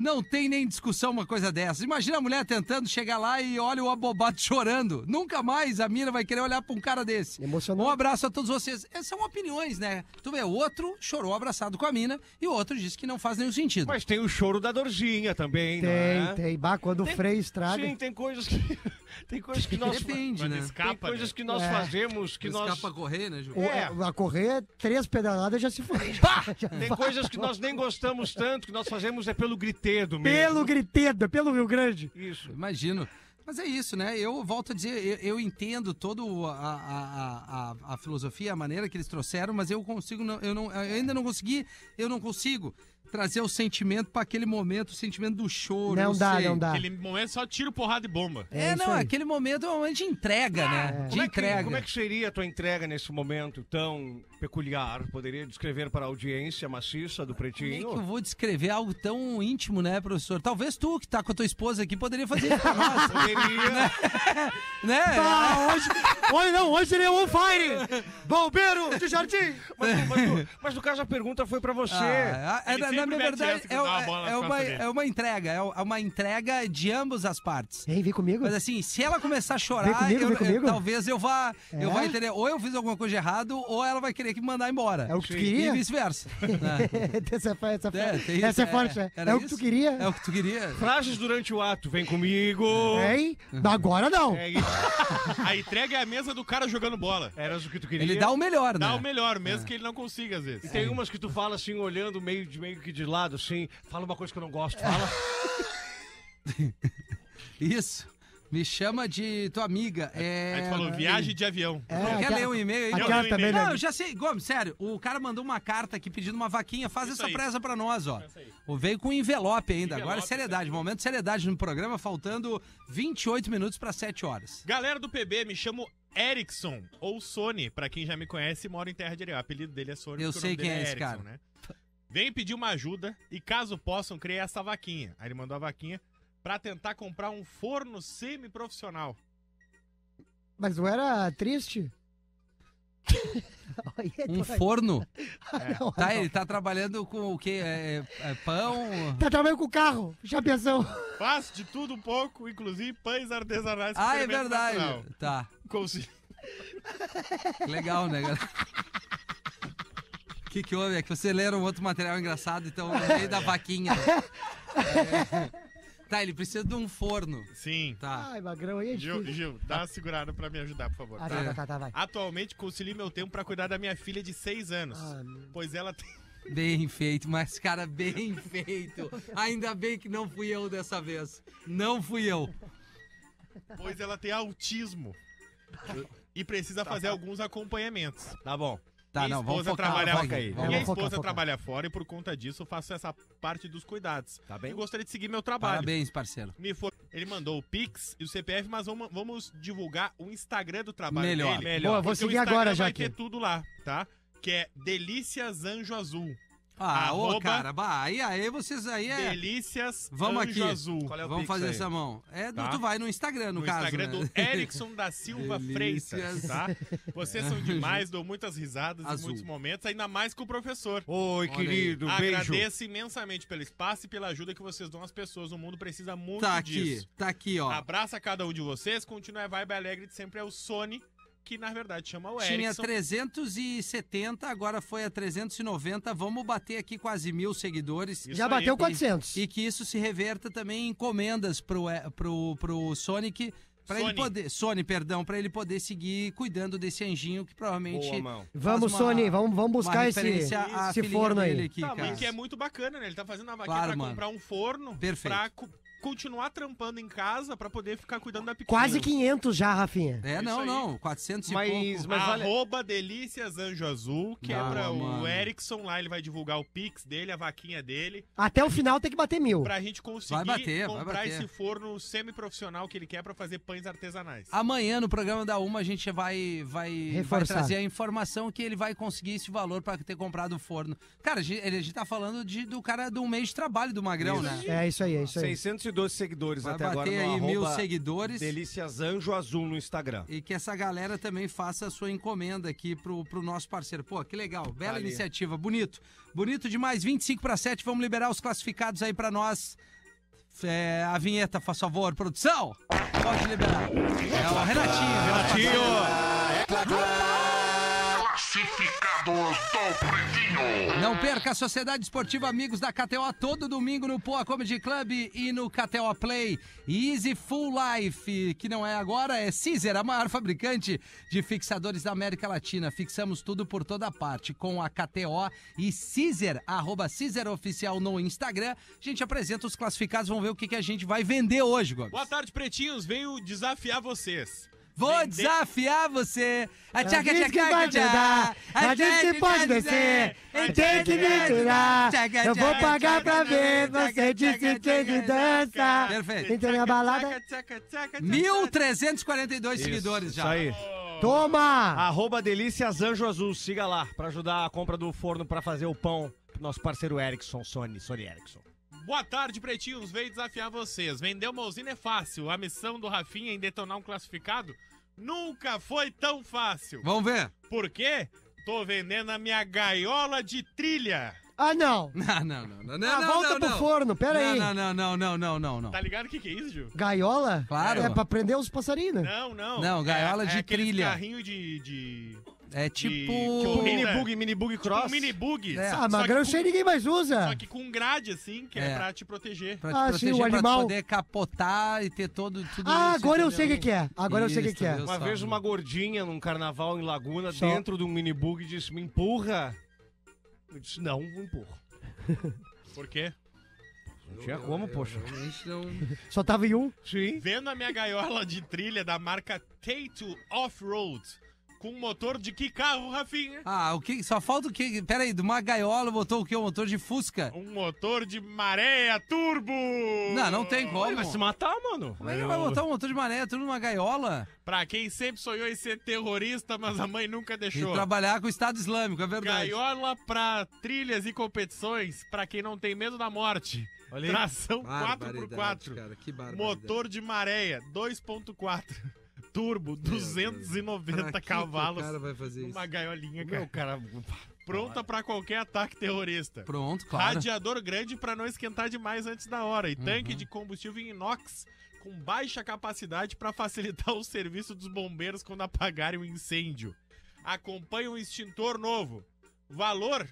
S2: Não tem nem discussão uma coisa dessa. Imagina a mulher tentando chegar lá e olha o abobado chorando. Nunca mais a mina vai querer olhar pra um cara desse.
S3: Emocionante.
S2: Um abraço a todos vocês. Essas são opiniões, né? Tu vê, o outro chorou abraçado com a mina e o outro disse que não faz nenhum sentido.
S5: Mas tem o choro da dorzinha também, não é?
S2: né?
S3: Tem, tem. Bah, quando o freio estraga.
S5: Sim, tem coisas que. Tem coisas que nós.
S2: Depende,
S4: Quando
S2: né?
S5: Tem
S4: escapa,
S5: coisas
S4: né?
S5: que nós
S3: É.
S5: fazemos que nós.
S2: Escapa a correr, né, Ju?
S3: O-
S5: É.
S3: A correr, três pedaladas já se foi. Já
S5: Tem coisas que nós nem gostamos tanto, que nós fazemos é pelo gritedo
S3: Pelo
S5: mesmo.
S3: gritedo, é pelo Rio Grande.
S5: Isso.
S2: Imagino. Mas é isso, né? Eu volto a dizer, eu, eu entendo toda a, a, a, a filosofia, a maneira que eles trouxeram, mas eu consigo, não, eu, não, eu ainda não consegui, eu não consigo trazer o sentimento para aquele momento, o sentimento do choro.
S3: não
S2: eu
S3: dá,
S2: sei.
S3: não dá.
S4: Aquele momento só tiro, porrada e bomba.
S2: É,
S3: É isso
S2: não,
S3: aí.
S2: aquele momento é um momento de entrega, né? De
S5: Como é, que,
S2: entrega.
S5: como é que seria a tua entrega nesse momento tão peculiar? Poderia descrever para a audiência maciça do
S2: Como é que eu
S5: Pretinho?
S2: vou descrever algo tão íntimo, né, professor? Talvez tu, que tá com a tua esposa aqui, poderia fazer isso pra nós,
S5: Poderia.
S2: né?
S3: Ah, hoje. Olha, não, hoje ele é on fire! Bombeiro de jardim!
S5: Mas, mas no- mas no caso a pergunta foi para você.
S2: Ah, é- é-
S4: Ele
S2: na,
S4: sempre
S2: minha
S4: mete
S2: verdade,
S4: essa que
S2: é,
S4: dá uma
S2: é-
S4: bola
S2: é
S4: nas
S2: uma,
S4: costas dele.
S2: é uma entrega, é uma entrega de ambas as partes.
S3: Vem, vem comigo.
S2: Mas assim, se ela começar a chorar,
S3: Vem comigo,
S2: eu-
S3: vem
S2: eu-
S3: comigo.
S2: talvez eu vá, eu
S3: É?
S2: vá entender, ou eu fiz alguma coisa de errado, ou ela vai querer que me mandar embora.
S3: É o que tu
S2: E
S3: queria?
S2: vice-versa. né?
S3: essa é, fa- essa, fa-
S2: É, tem isso,
S3: essa é forte, né?
S2: era
S3: É o que
S2: isso?
S3: tu queria?
S2: É o que tu queria.
S5: Frases durante o ato, vem comigo.
S2: É
S3: É, Hein?
S2: Uhum.
S3: Agora não.
S5: É isso.
S4: A entrega é a mesa do cara jogando bola.
S5: Eras o que tu queria.
S2: Ele dá o melhor, né?
S4: Dá o melhor, mesmo que ele não consiga, às vezes.
S5: Tem umas que tu fala assim, olhando meio, de, meio que de lado, assim, fala uma coisa que eu não gosto, fala.
S2: Isso. Me chama de tua amiga. É...
S4: Aí tu falou viagem de avião.
S3: É,
S2: Quer
S3: aquela-
S2: ler um e-mail aí?
S4: Eu leio
S3: Aquela
S4: um
S3: também,
S4: e-mail.
S2: Não,
S3: né?
S2: eu já sei. Gomes, sério, o cara mandou uma carta aqui pedindo uma vaquinha. Faz
S4: Isso
S2: essa
S4: aí.
S2: pressa pra nós, ó.
S4: Essa aí.
S2: O veio com envelope ainda. Agora é
S4: Envelope,
S2: seriedade. Momento de seriedade no programa, faltando 28 minutos pra 7 horas.
S4: Galera do PB, me chamo Erickson, ou Sony, pra quem já me conhece e mora em Terra de Areal. O apelido dele é Sony,
S2: Eu
S4: porque
S2: sei
S4: o nome
S2: quem
S4: dele
S2: é esse
S4: Erickson,
S2: cara.
S4: Né? Vem pedir uma ajuda e caso possam, criei essa vaquinha. Aí ele mandou a vaquinha pra tentar comprar um forno semiprofissional.
S3: Mas não era triste? Olha,
S2: Um
S3: tu-
S2: forno.
S3: não,
S2: Tá,
S3: não.
S2: ele tá trabalhando com o quê? É, é pão?
S3: Tá trabalhando com o carro, chapeação.
S4: Faço de tudo um pouco, inclusive pães artesanais. com
S2: Ah, é
S4: fermento
S2: verdade.
S4: natural.
S2: Tá.
S4: Consi-
S2: Legal, né, galera? O que, que houve? É que você leram outro material engraçado, então no meio da vaquinha. É. Tá, ele precisa de um forno.
S4: Sim.
S2: Tá.
S3: Ai, magrão, aí é
S4: Gil,
S3: difícil.
S4: Gil, dá uma segurada pra me ajudar, por favor.
S3: Ah,
S4: tá?
S3: tá,
S2: é.
S3: tá, tá, tá, vai.
S4: Atualmente, concilio meu tempo pra cuidar da minha filha de 6 anos.
S3: Ah, meu-
S4: Pois ela tem.
S2: Bem feito, mas cara, bem feito. Ainda bem que não fui eu dessa vez. Não fui eu.
S4: Pois ela tem autismo. E precisa
S5: Tá
S4: fazer alguns acompanhamentos. Tá bom.
S2: Tá,
S4: Minha
S2: não, vamos
S4: esposa
S2: focar.
S4: trabalha-
S2: vai,
S5: foca aí.
S2: vamos-
S4: Minha
S3: Vamos focar,
S4: esposa
S3: focar.
S4: trabalha fora e por conta disso eu faço essa parte dos cuidados.
S5: Tá bem?
S4: E gostaria de seguir meu trabalho.
S2: Parabéns, parceiro.
S4: Me for- Ele mandou o Pix e o CPF, mas vamos, vamos divulgar o Instagram do trabalho
S2: Melhor,
S4: dele.
S2: melhor.
S3: Boa, vou
S4: Porque o
S3: seguir
S4: Instagram
S3: agora,
S4: vai
S3: Jaque.
S4: ter tudo lá, tá? Que é Delícias Anjo Azul.
S2: Ah, ô,
S4: Arroba-
S2: cara, bah, aí, aí vocês aí é.
S4: Delícias
S2: Vamos
S4: Anjo
S2: aqui.
S4: Azul.
S5: Qual é o
S2: Vamos
S5: pix
S2: fazer
S5: aí?
S2: essa mão. É,
S4: Tá.
S2: tu vai no Instagram, no,
S4: no
S2: caso.
S4: Instagram
S2: né?
S4: do Erickson da Silva
S2: Delícias.
S4: Freitas, tá? Vocês são demais, dou muitas risadas
S2: Azul.
S4: em muitos momentos, ainda mais com o professor.
S5: Oi,
S2: Olha aí.
S5: querido, beijo.
S4: Agradeço imensamente pelo espaço e pela ajuda que vocês dão às pessoas. O mundo precisa muito
S2: Tá aqui,
S4: disso.
S2: tá aqui, ó.
S4: Abraço a cada um de vocês, continua a vibe alegre de sempre. É o Sony, que na verdade chama o
S2: Tinha
S4: Erickson.
S2: 370, agora foi a 390. Vamos bater aqui quase mil seguidores.
S4: Isso
S3: Já
S4: aí.
S3: bateu 400.
S2: E que isso se reverta também em encomendas pro, eh, pro, pro Sonic. Pra ele
S4: Sony.
S2: poder, Sony, perdão, pra ele poder seguir cuidando desse anjinho que provavelmente.
S5: Boa, mão.
S3: Vamos,
S2: faz uma-
S3: Sony, vamos, vamos
S2: uma
S3: buscar esse,
S2: referência à
S3: esse
S2: filhinha
S3: forno
S2: dele
S3: aí.
S2: Aqui,
S4: Tá,
S2: cara.
S4: mas que é muito bacana, né? Ele tá fazendo a vaquinha
S2: Claro,
S4: pra
S2: mano.
S4: comprar um forno
S2: Perfeito.
S4: pra co- continuar trampando em casa pra poder ficar cuidando da pequena.
S3: Quase 500 já, Rafinha.
S2: É, não,
S4: Isso aí.
S2: não. 400 e
S5: Mas,
S2: pouco.
S5: mas vale...
S4: Arroba Delícias Anjo Azul, que
S2: Não,
S4: é pra
S2: mano.
S4: o Erickson lá, ele vai divulgar o Pix dele, a vaquinha dele,
S3: Até o final tem que bater mil.
S4: pra gente conseguir
S2: Vai bater, vai
S4: comprar
S2: bater.
S4: esse forno semiprofissional que ele quer pra fazer pães artesanais.
S2: Amanhã no programa da Uma a gente vai vai, vai
S3: Reforçar.
S2: trazer a informação que ele vai conseguir esse valor pra ter comprado o forno. Cara, a gente, ele- a gente tá falando de, do cara do mês de trabalho do Magrão,
S5: Isso.
S2: né?
S3: É isso aí, é isso aí.
S5: 612 seguidores
S2: Vai
S5: até
S2: bater
S5: agora no
S2: aí mil
S5: arroba
S2: seguidores
S5: Delícias Anjo Azul no Instagram.
S2: e que essa galera também faça a sua encomenda aqui pro, pro nosso parceiro. Pô, que legal, bela
S5: ali.
S2: iniciativa, bonito. Bonito demais, 25 para 7, vamos liberar os classificados aí pra nós. É, a vinheta, faz favor, produção. Pode liberar. É o Renatinho. Renatinho.
S7: Classificados do Pretinho.
S2: Não perca a Sociedade Esportiva Amigos da KTO todo domingo no Poa Comedy Club e no KTO Play. Easy Full Life, que não é agora, é Cizer, a maior fabricante de fixadores da América Latina. Fixamos tudo por toda parte com a KTO e Cizer, arroba Cizer Oficial no Instagram. A gente apresenta os classificados, vamos ver o que, que a gente vai vender hoje, Gomes.
S4: Boa tarde, pretinhos, venho desafiar vocês.
S2: Vou
S4: Vender-
S2: desafiar você. A
S3: A gente que vai te dar, a gente que pode descer, tem que me tirar. Eu vou pagar pra ver você de se de dança.
S2: Perfeito.
S3: Entrei na balada.
S4: Tchaca, tchaca, tchaca,
S2: 1.342 seguidores
S5: Isso
S2: já.
S5: aí.
S2: Ah.
S3: Toma!
S5: Arroba Delícias Anjo Azul, siga lá pra ajudar a compra do forno pra fazer o pão pro nosso parceiro Erickson, Sony, Sony Erickson.
S4: Boa tarde, pretinhos. Veio desafiar vocês. Vender uma usina é fácil. A missão do Rafinha em detonar um classificado nunca foi tão fácil.
S2: Vamos ver.
S4: Por quê? Tô vendendo a minha gaiola de trilha.
S3: Ah, não.
S2: Não, não, não, não, não,
S3: Ah,
S2: não,
S3: volta
S2: não,
S3: pro
S2: não.
S3: forno, pera aí.
S2: Não, não, não, não, não, não, não.
S4: Tá ligado o que, que é isso, Gil?
S3: Gaiola?
S2: Claro.
S3: É pra prender os passarinhos.
S4: Não, não.
S2: Não, gaiola
S4: é,
S2: de
S4: é aqueles
S2: trilha.
S4: carrinho de. de...
S2: É tipo...
S4: Tipo
S5: Mini
S4: Corrida.
S5: bug, mini bug cross.
S4: Um mini bug.
S2: É.
S4: só-
S3: Ah,
S4: só
S3: magrão
S4: que com-
S3: cheio ninguém mais usa.
S4: Só que com grade, assim, que é,
S2: É.
S4: pra te proteger.
S2: Pra te
S3: Ah, sim,
S2: proteger,
S3: o
S2: pra
S3: animal.
S2: te poder capotar e ter todo, tudo
S3: Ah,
S2: isso,
S3: agora eu
S2: entendeu?
S3: sei o que que é. Agora eu sei o que
S2: Isso,
S3: que é.
S2: Deus
S5: Uma
S2: salve.
S5: vez uma gordinha num carnaval em Laguna,
S3: Só.
S5: dentro de um mini bug, disse, me empurra. Eu disse, não, não empurro.
S4: Por quê?
S5: Não tinha como, poxa.
S8: Realmente não.
S3: Só tava em um.
S5: Sim.
S4: Vendo a minha gaiola de trilha da marca Taito Off-Road com um motor de que carro, Rafinha?
S2: Ah, o que? Só falta o que? Pera aí, de uma gaiola botou o quê? Um motor de Fusca?
S4: Um motor de maréia turbo!
S2: Não, não tem como.
S5: Ele vai se matar, mano.
S2: Como é que vai botar um motor de maré tudo numa gaiola
S4: Pra quem sempre sonhou em ser terrorista, mas a mãe nunca
S2: e
S4: deixou.
S2: trabalhar com o Estado Islâmico? É verdade.
S4: Gaiola pra trilhas e competições, pra quem não tem medo da morte.
S5: Olha aí.
S4: Tração
S8: Barbaridade,
S4: 4x4.
S8: Cara, que barbaridade.
S4: Motor de maréia 2.4. Turbo,
S8: Pra
S4: 290
S8: que que
S4: cavalos.
S8: O cara vai fazer isso.
S4: Uma gaiolinha, cara.
S5: Meu cara.
S4: Pronta pra qualquer ataque terrorista.
S2: Pronto, claro.
S4: Radiador grande pra não esquentar demais antes da hora. E tanque
S8: Uhum.
S4: de combustível em inox com baixa capacidade pra facilitar o serviço dos bombeiros quando apagarem o incêndio. Acompanha um extintor novo. Valor.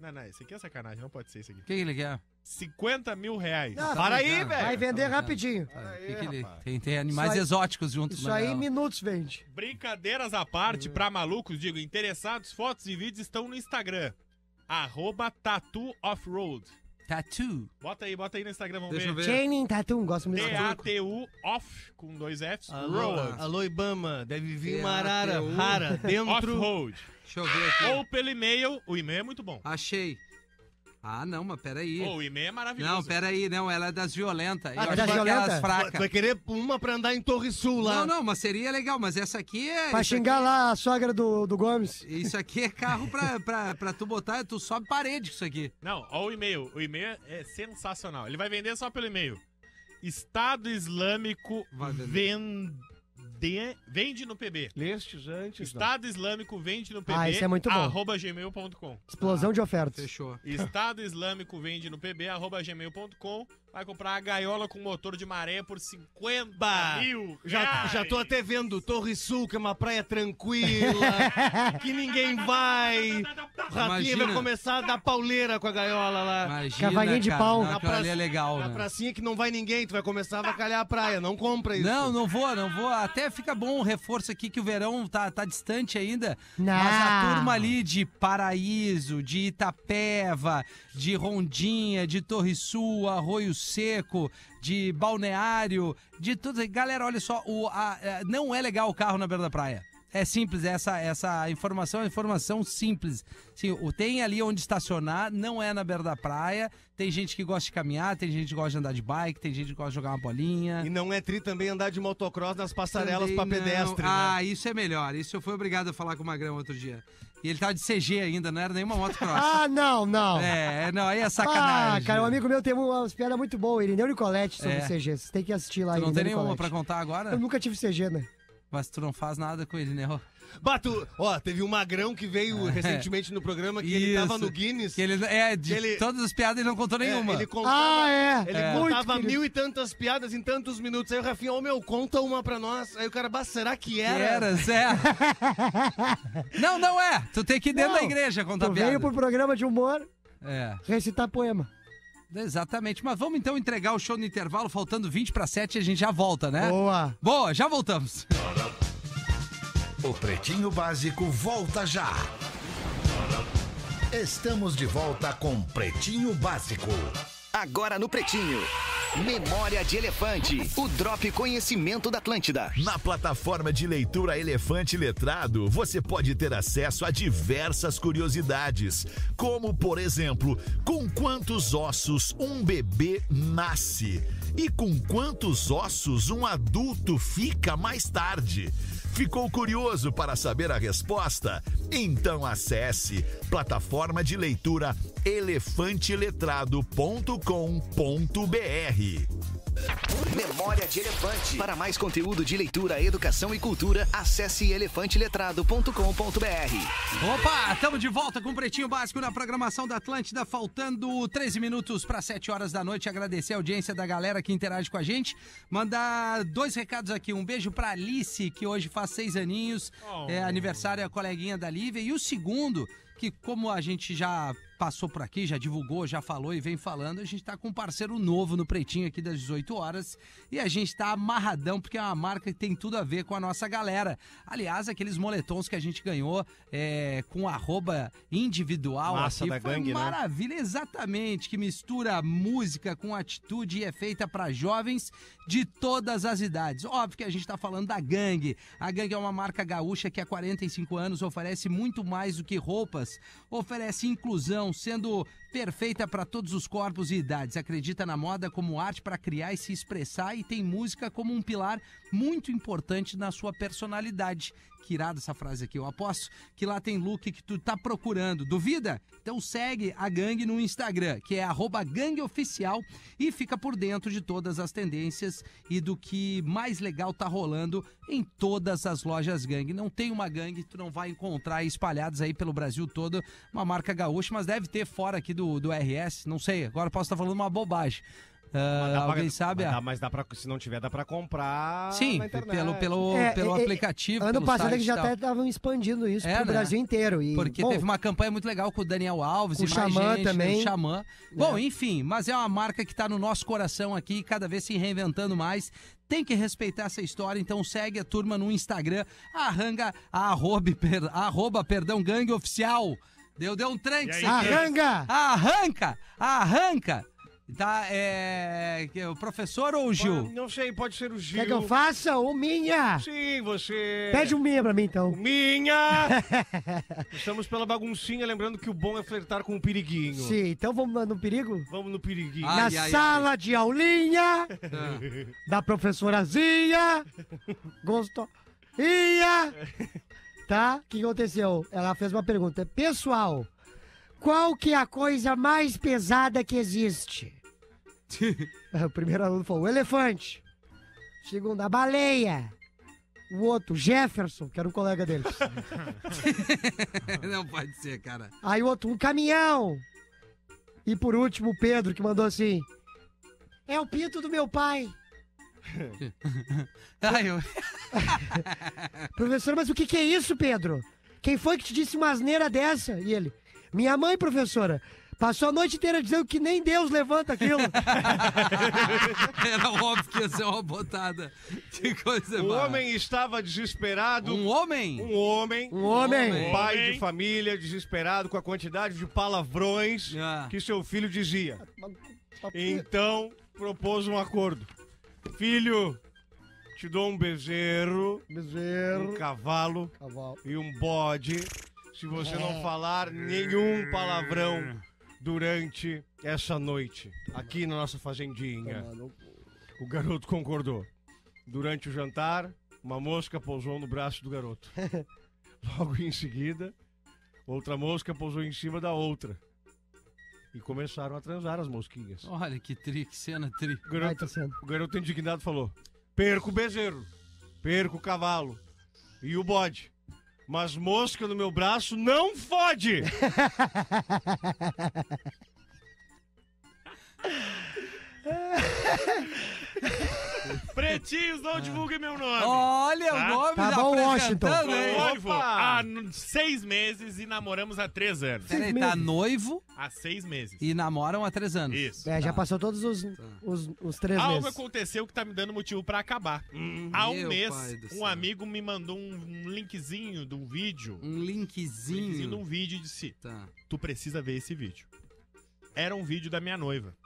S4: Não, não, esse aqui é sacanagem, não pode ser esse aqui.
S2: O que que ele quer?
S4: 50 mil reais.
S3: Não,
S5: Para aí,
S2: brincando.
S5: velho.
S3: Vai vender
S2: Tá brincando.
S3: rapidinho.
S2: Ah, o que que ele- Tem, tem animais
S3: Isso aí-
S2: exóticos junto
S3: Isso
S2: na
S3: aí em
S2: gaiola.
S3: minutos vende.
S4: Brincadeiras à parte, pra malucos, digo, interessados, fotos e vídeos estão no Instagram. Arroba Tatu Offroad.
S2: Tattoo.
S4: Bota aí, bota aí no Instagram, vamos
S8: Deixa eu
S4: ver.
S8: ver.
S3: Channing Tatum, gosto muito desse maluco.
S4: T-A-T-U Off, com dois Fs,
S6: Alô,
S4: Road.
S6: alô, Ibama, deve vir uma
S8: É,
S6: arara
S8: ATU.
S6: rara dentro.
S4: Off-road.
S8: Deixa eu ver aqui.
S4: Ou pelo e-mail, o e-mail é muito bom.
S8: Achei. Ah, não, mas peraí.
S4: Ou o e-mail é maravilhoso.
S2: Não, peraí, não, ela é das violentas. Eu
S3: Ah,
S2: acho
S3: das
S2: que é aquelas
S3: violentas?
S6: Vai, vai
S2: fracas.
S6: querer uma pra andar em Torre Sul lá.
S2: Não, não, mas seria legal, mas essa aqui é.
S3: Pra
S2: isso aqui-
S3: xingar lá a sogra do, do Gomes.
S2: Isso aqui é carro pra, pra, pra tu botar, tu sobe parede com isso aqui.
S4: Não, ó o e-mail. O e-mail é sensacional. Ele vai vender só pelo e-mail. Estado Islâmico
S8: Vai
S4: vende, vende no PB.
S5: Lestes antes. não.
S4: Estado Islâmico vende no PB.
S3: Ah, isso é muito bom.
S4: Arroba gmail.com.
S3: Explosão de ofertas.
S8: Fechou.
S4: Estado Islâmico vende no PB, arroba gmail.com. Vai comprar a gaiola com motor de maré por 50 mil.
S6: Já,
S4: reais.
S6: já tô até vendo Torre Sul, que é uma praia tranquila, que ninguém vai. O Rafinha
S8: Imagina.
S6: vai começar a dar pauleira com a gaiola lá.
S8: Imagina,
S3: Cavalinho de
S8: cara,
S3: pau.
S8: não, Aquela ali é legal,
S6: Na
S8: né?
S6: pracinha que não vai ninguém, tu vai começar a avacalhar a praia. Não compra isso.
S2: Não, não vou, não vou. Até fica bom o reforço aqui que o verão tá, tá distante ainda.
S3: Não.
S2: Mas a turma ali de Paraíso, de Itapeva, de Rondinha, de Torre Sul, Arroio Seco, de Balneário, de tudo. Galera, olha só, o, a- a- não é legal o carro na beira da praia. É simples, essa, essa informação é informação simples. Sim, o- tem ali onde estacionar, não é na beira da praia. Tem gente que gosta de caminhar, tem gente que gosta de andar de bike, tem gente que gosta de jogar uma bolinha.
S6: E não é tri também andar de motocross nas passarelas pra
S8: Também não.
S6: pedestre.
S8: Ah,
S6: né?
S8: isso é melhor. Isso eu fui obrigado a falar com o Magrão outro dia. E ele
S2: tá
S8: tava de CG ainda, não era nenhuma moto cross.
S3: Ah, não, não.
S2: É, não, aí é sacanagem.
S3: Ah, cara, um amigo meu teve umas piadas muito boas, Irineu Nicolete, sobre
S2: É.
S3: CG. Vocês têm que assistir lá,
S2: Tu não
S3: Irineu
S2: tem nenhuma pra
S3: Nicolete.
S2: contar
S3: é. Eu
S2: agora?
S3: nunca tive CG, né?
S2: Mas tu não faz nada com ele, né? Rô?
S6: Bato, ó, teve um magrão que veio recentemente no programa que ele tava
S2: Isso.
S6: no Guinness.
S2: Que ele, é, de
S6: Ele-
S2: todas as piadas ele não contou
S6: É,
S2: nenhuma.
S6: ele contava,
S3: Ah, é.
S6: ele
S3: é.
S6: contava
S3: querido.
S6: mil e tantas piadas em tantos minutos. Aí o Rafinha, ô meu, conta uma pra nós. Aí o cara, bah, será que
S2: Que
S6: era?
S2: era, Zé. não, não é. Tu tem que ir dentro
S3: Não,
S2: da igreja contar
S3: Tu
S2: piada.
S3: veio pro programa de humor
S2: É,
S3: recitar poema.
S2: exatamente. Mas vamos então entregar o show no intervalo, faltando 20 para 7 a gente já volta, né?
S3: Boa.
S2: Boa, já voltamos.
S1: O Pretinho Básico volta já. Estamos de volta com Pretinho Básico.
S9: Agora no Pretinho. Memória de Elefante. O Drop Conhecimento da Atlântida.
S1: Na plataforma de leitura Elefante Letrado, você pode ter acesso a diversas curiosidades, como, por exemplo, com quantos ossos um bebê nasce e com quantos ossos um adulto fica mais tarde. Ficou curioso para saber a resposta? Então acesse plataforma de leitura elefanteletrado.com.br.
S9: Memória de Elefante. Para mais conteúdo de leitura, educação e cultura, acesse elefanteletrado.com.br.
S2: Opa, estamos de volta com o Pretinho Básico na programação da Atlântida, faltando 13 minutos para 7 horas da noite. Agradecer a audiência da galera que interage com a gente. Mandar dois recados aqui. Um beijo para Alice, que hoje faz seis aninhos, é aniversário, é a coleguinha da Lívia. E o segundo, que como a gente já passou por aqui, já divulgou, já falou e vem falando. A gente tá com um parceiro novo no Pretinho aqui das 18 horas e a gente tá amarradão porque é uma marca que tem tudo a ver com a nossa galera. Aliás, aqueles moletons que a gente ganhou é, com arroba individual
S5: Massa
S2: aqui
S5: da
S2: foi
S5: gangue, né?
S2: maravilha, exatamente, que mistura música com atitude e é feita pra jovens de todas as idades. Óbvio que a gente tá falando da Gangue. A Gangue é uma marca gaúcha que há 45 anos oferece muito mais do que roupas, oferece inclusão, sendo perfeita para todos os corpos e idades. Acredita na moda como arte para criar e se expressar e tem música como um pilar muito importante na sua personalidade. Que irada essa frase aqui, eu aposto que lá tem look que tu tá procurando. Duvida? Então segue a gangue no Instagram, que é arroba gangueoficial e fica por dentro de todas as tendências e do que mais legal tá rolando em todas as lojas gangue. Não tem uma gangue, tu não vai encontrar espalhadas aí pelo Brasil todo uma marca gaúcha, mas deve ter fora aqui do, do RS, não sei, agora posso estar falando uma bobagem. Ah,
S5: Mas dá pra-
S2: alguém sabe?
S5: Mas,
S2: ah?
S5: dá, mas dá pra, se não tiver, dá pra comprar
S2: Sim,
S5: na internet.
S2: pelo, pelo,
S3: É,
S2: pelo
S3: é, é,
S2: aplicativo.
S3: Ano
S2: pelo Tipo,
S3: passado
S2: site
S3: eles já tá
S2: e tal.
S3: até estavam expandindo isso
S2: É,
S3: pro
S2: né?
S3: Brasil inteiro. E,
S2: Porque
S3: bom,
S2: teve uma campanha muito legal com o Daniel Alves
S3: Com
S2: e
S3: o
S2: mais
S3: Xamã
S2: gente, né,
S3: também.
S2: o Xamã. Bom, enfim, mas é uma marca que tá no nosso coração aqui, e cada vez se reinventando mais. Tem que respeitar essa história, então segue a turma no Instagram, arranga arroba, per- arroba perdão, gangue oficial. Deu, deu um tranque. isso
S3: Ah,
S2: aqui.
S3: Arranga!
S2: Arranca, arranca. Tá, é... que é O professor ou o Gil?
S5: Não sei, pode ser o Gil.
S3: Quer que eu faça ou minha?
S5: Sim,
S2: É.
S5: você. é
S3: Pede um minha pra mim, então.
S5: Minha! Estamos pela baguncinha, lembrando que o bom é flertar com o periguinho.
S3: Sim, então vamos no perigo?
S5: Vamos no periguinho.
S2: Ah.
S3: Na
S2: Ai, ai, ai.
S3: sala de aulinha
S2: Ah.
S3: da professorazinha gostosinha, tá? O que aconteceu? Ela fez uma pergunta. Pessoal, qual que é a coisa mais pesada que existe? o primeiro aluno falou, o elefante. O segundo, a baleia. O outro, Jefferson, que era um colega deles.
S2: Não pode ser, cara.
S3: Aí o outro, um caminhão. E por último, o Pedro, que mandou assim: É o pinto do meu pai.
S2: Ai, eu...
S3: Professor, mas o que, que é isso, Pedro? Quem foi que te disse uma asneira dessa? E ele: Minha mãe, professora. Passou a noite inteira dizendo que nem Deus levanta aquilo.
S2: Era óbvio que ia ser uma botada. Que coisa
S5: O
S2: má.
S5: homem estava desesperado.
S2: Um homem?
S5: Um homem.
S3: Um homem.
S2: homem.
S5: Um pai de família desesperado com a quantidade de palavrões
S2: Ah.
S5: que seu filho dizia. Então, propôs um acordo. Filho, te dou um bezerro, um
S3: Bezerro.
S5: cavalo
S3: Cavalo.
S5: e um bode se você não falar nenhum palavrão durante essa noite aqui na nossa fazendinha.
S3: Tá
S5: O garoto concordou. Durante o jantar, uma mosca pousou no braço do garoto. Logo em seguida, outra mosca pousou em cima da outra. E começaram a transar as mosquinhas.
S4: Um
S2: Olha que tri, que cena tri.
S5: O
S3: Vai,
S5: garoto,
S3: tá sendo.
S5: o garoto indignado falou: Perco o bezerro, perco o cavalo e o bode. Mas mosca no meu braço não fode!
S4: Pretinhos, não divulguem meu nome.
S2: Olha
S4: Tá.
S2: o nome
S3: Tá
S2: da
S3: bom,
S2: apresentando,
S3: Washington.
S2: hein?
S4: Noivo
S5: Opa!
S4: há n- seis meses e namoramos há três anos.
S2: Peraí, tá noivo
S4: Há seis meses.
S2: e namoram há três anos.
S4: Isso.
S3: É, já passou todos os, os, os três
S4: Algo
S3: meses.
S4: aconteceu que tá me dando motivo pra acabar. Há um
S2: Meu
S4: mês,
S2: pai do
S4: um
S2: céu.
S4: amigo me mandou um- um linkzinho de um vídeo.
S2: Um
S4: Um linkzinho de
S2: linkzinho.
S4: um vídeo e disse:
S2: Tá.
S4: Tu precisa ver esse vídeo. Era um vídeo da minha noiva.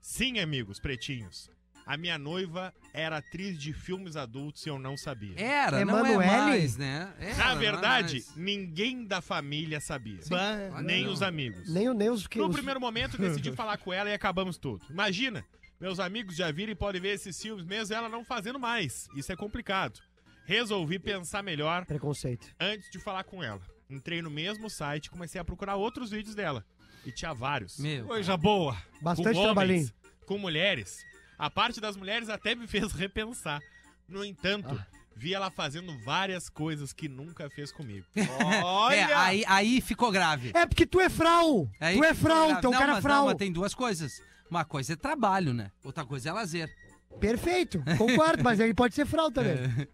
S4: Sim, amigos pretinhos. A minha noiva era atriz de filmes adultos e eu não sabia.
S2: Era, não é
S3: Emanuele?
S2: mais, né? Era,
S4: Na
S2: não é
S4: verdade,
S2: mais.
S4: ninguém da família sabia.
S2: Claro que
S4: Nem
S2: não. É,
S4: os amigos.
S3: Nem o Neus que.
S4: No
S3: os-
S4: primeiro momento, eu decidi falar com ela e acabamos tudo. Imagina, meus amigos já viram e podem ver esses filmes, mesmo ela não fazendo mais. Isso é complicado. Resolvi pensar melhor
S3: Preconceito.
S4: antes de falar com ela. Entrei no mesmo site e comecei a procurar outros vídeos dela. E tinha vários.
S2: Meu.
S5: Coisa boa!
S3: Bastante
S4: com homens,
S3: trabalhinho.
S4: com mulheres. A parte das mulheres até me fez repensar. No entanto,
S3: Ah.
S4: vi ela fazendo várias coisas que nunca fez comigo.
S2: É,
S5: Olha!
S2: aí, aí ficou grave.
S3: É porque tu é frau.
S2: Aí
S3: tu é
S2: ficou
S3: frau,
S2: grave.
S3: teu
S2: Não,
S3: cara é
S2: mas-
S3: frau.
S2: não, mas tem duas coisas. Uma coisa é trabalho, né? Outra coisa é lazer. É.
S3: Perfeito, concordo, mas ele pode ser frau também.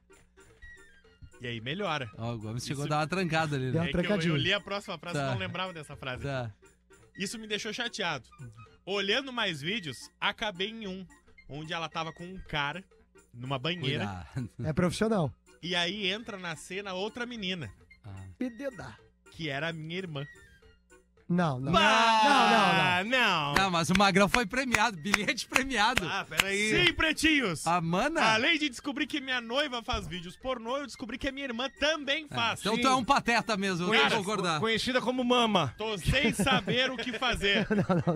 S4: E aí melhora.
S2: Ó, o Gomes chegou
S4: Isso-
S2: a dar uma trancada ali,
S3: Deu um
S2: né?
S3: uma
S4: É que eu, eu
S3: trancadinha.
S4: li a próxima frase e
S2: Tá.
S4: não lembrava dessa frase.
S2: Tá.
S4: Isso me deixou chateado. Olhando mais vídeos, acabei em um, onde ela tava com um cara numa banheira
S2: Cuidado.
S3: É profissional.
S4: e aí entra na cena outra menina,
S2: Ah.
S3: Pededar.
S4: que era a minha irmã.
S3: Não, não.
S5: Ah, não.
S2: Não, mas o Magrão foi premiado, bilhete premiado.
S5: Ah, peraí.
S4: Sim, pretinhos!
S2: A Mana.
S4: Além de descobrir que minha noiva faz vídeos pornô, eu descobri que a minha irmã também faz.
S2: Então tu é um pateta mesmo, eu tenho que
S4: Cara,
S2: concordar.
S5: Conhecida como Mama.
S4: Tô sem saber o que fazer.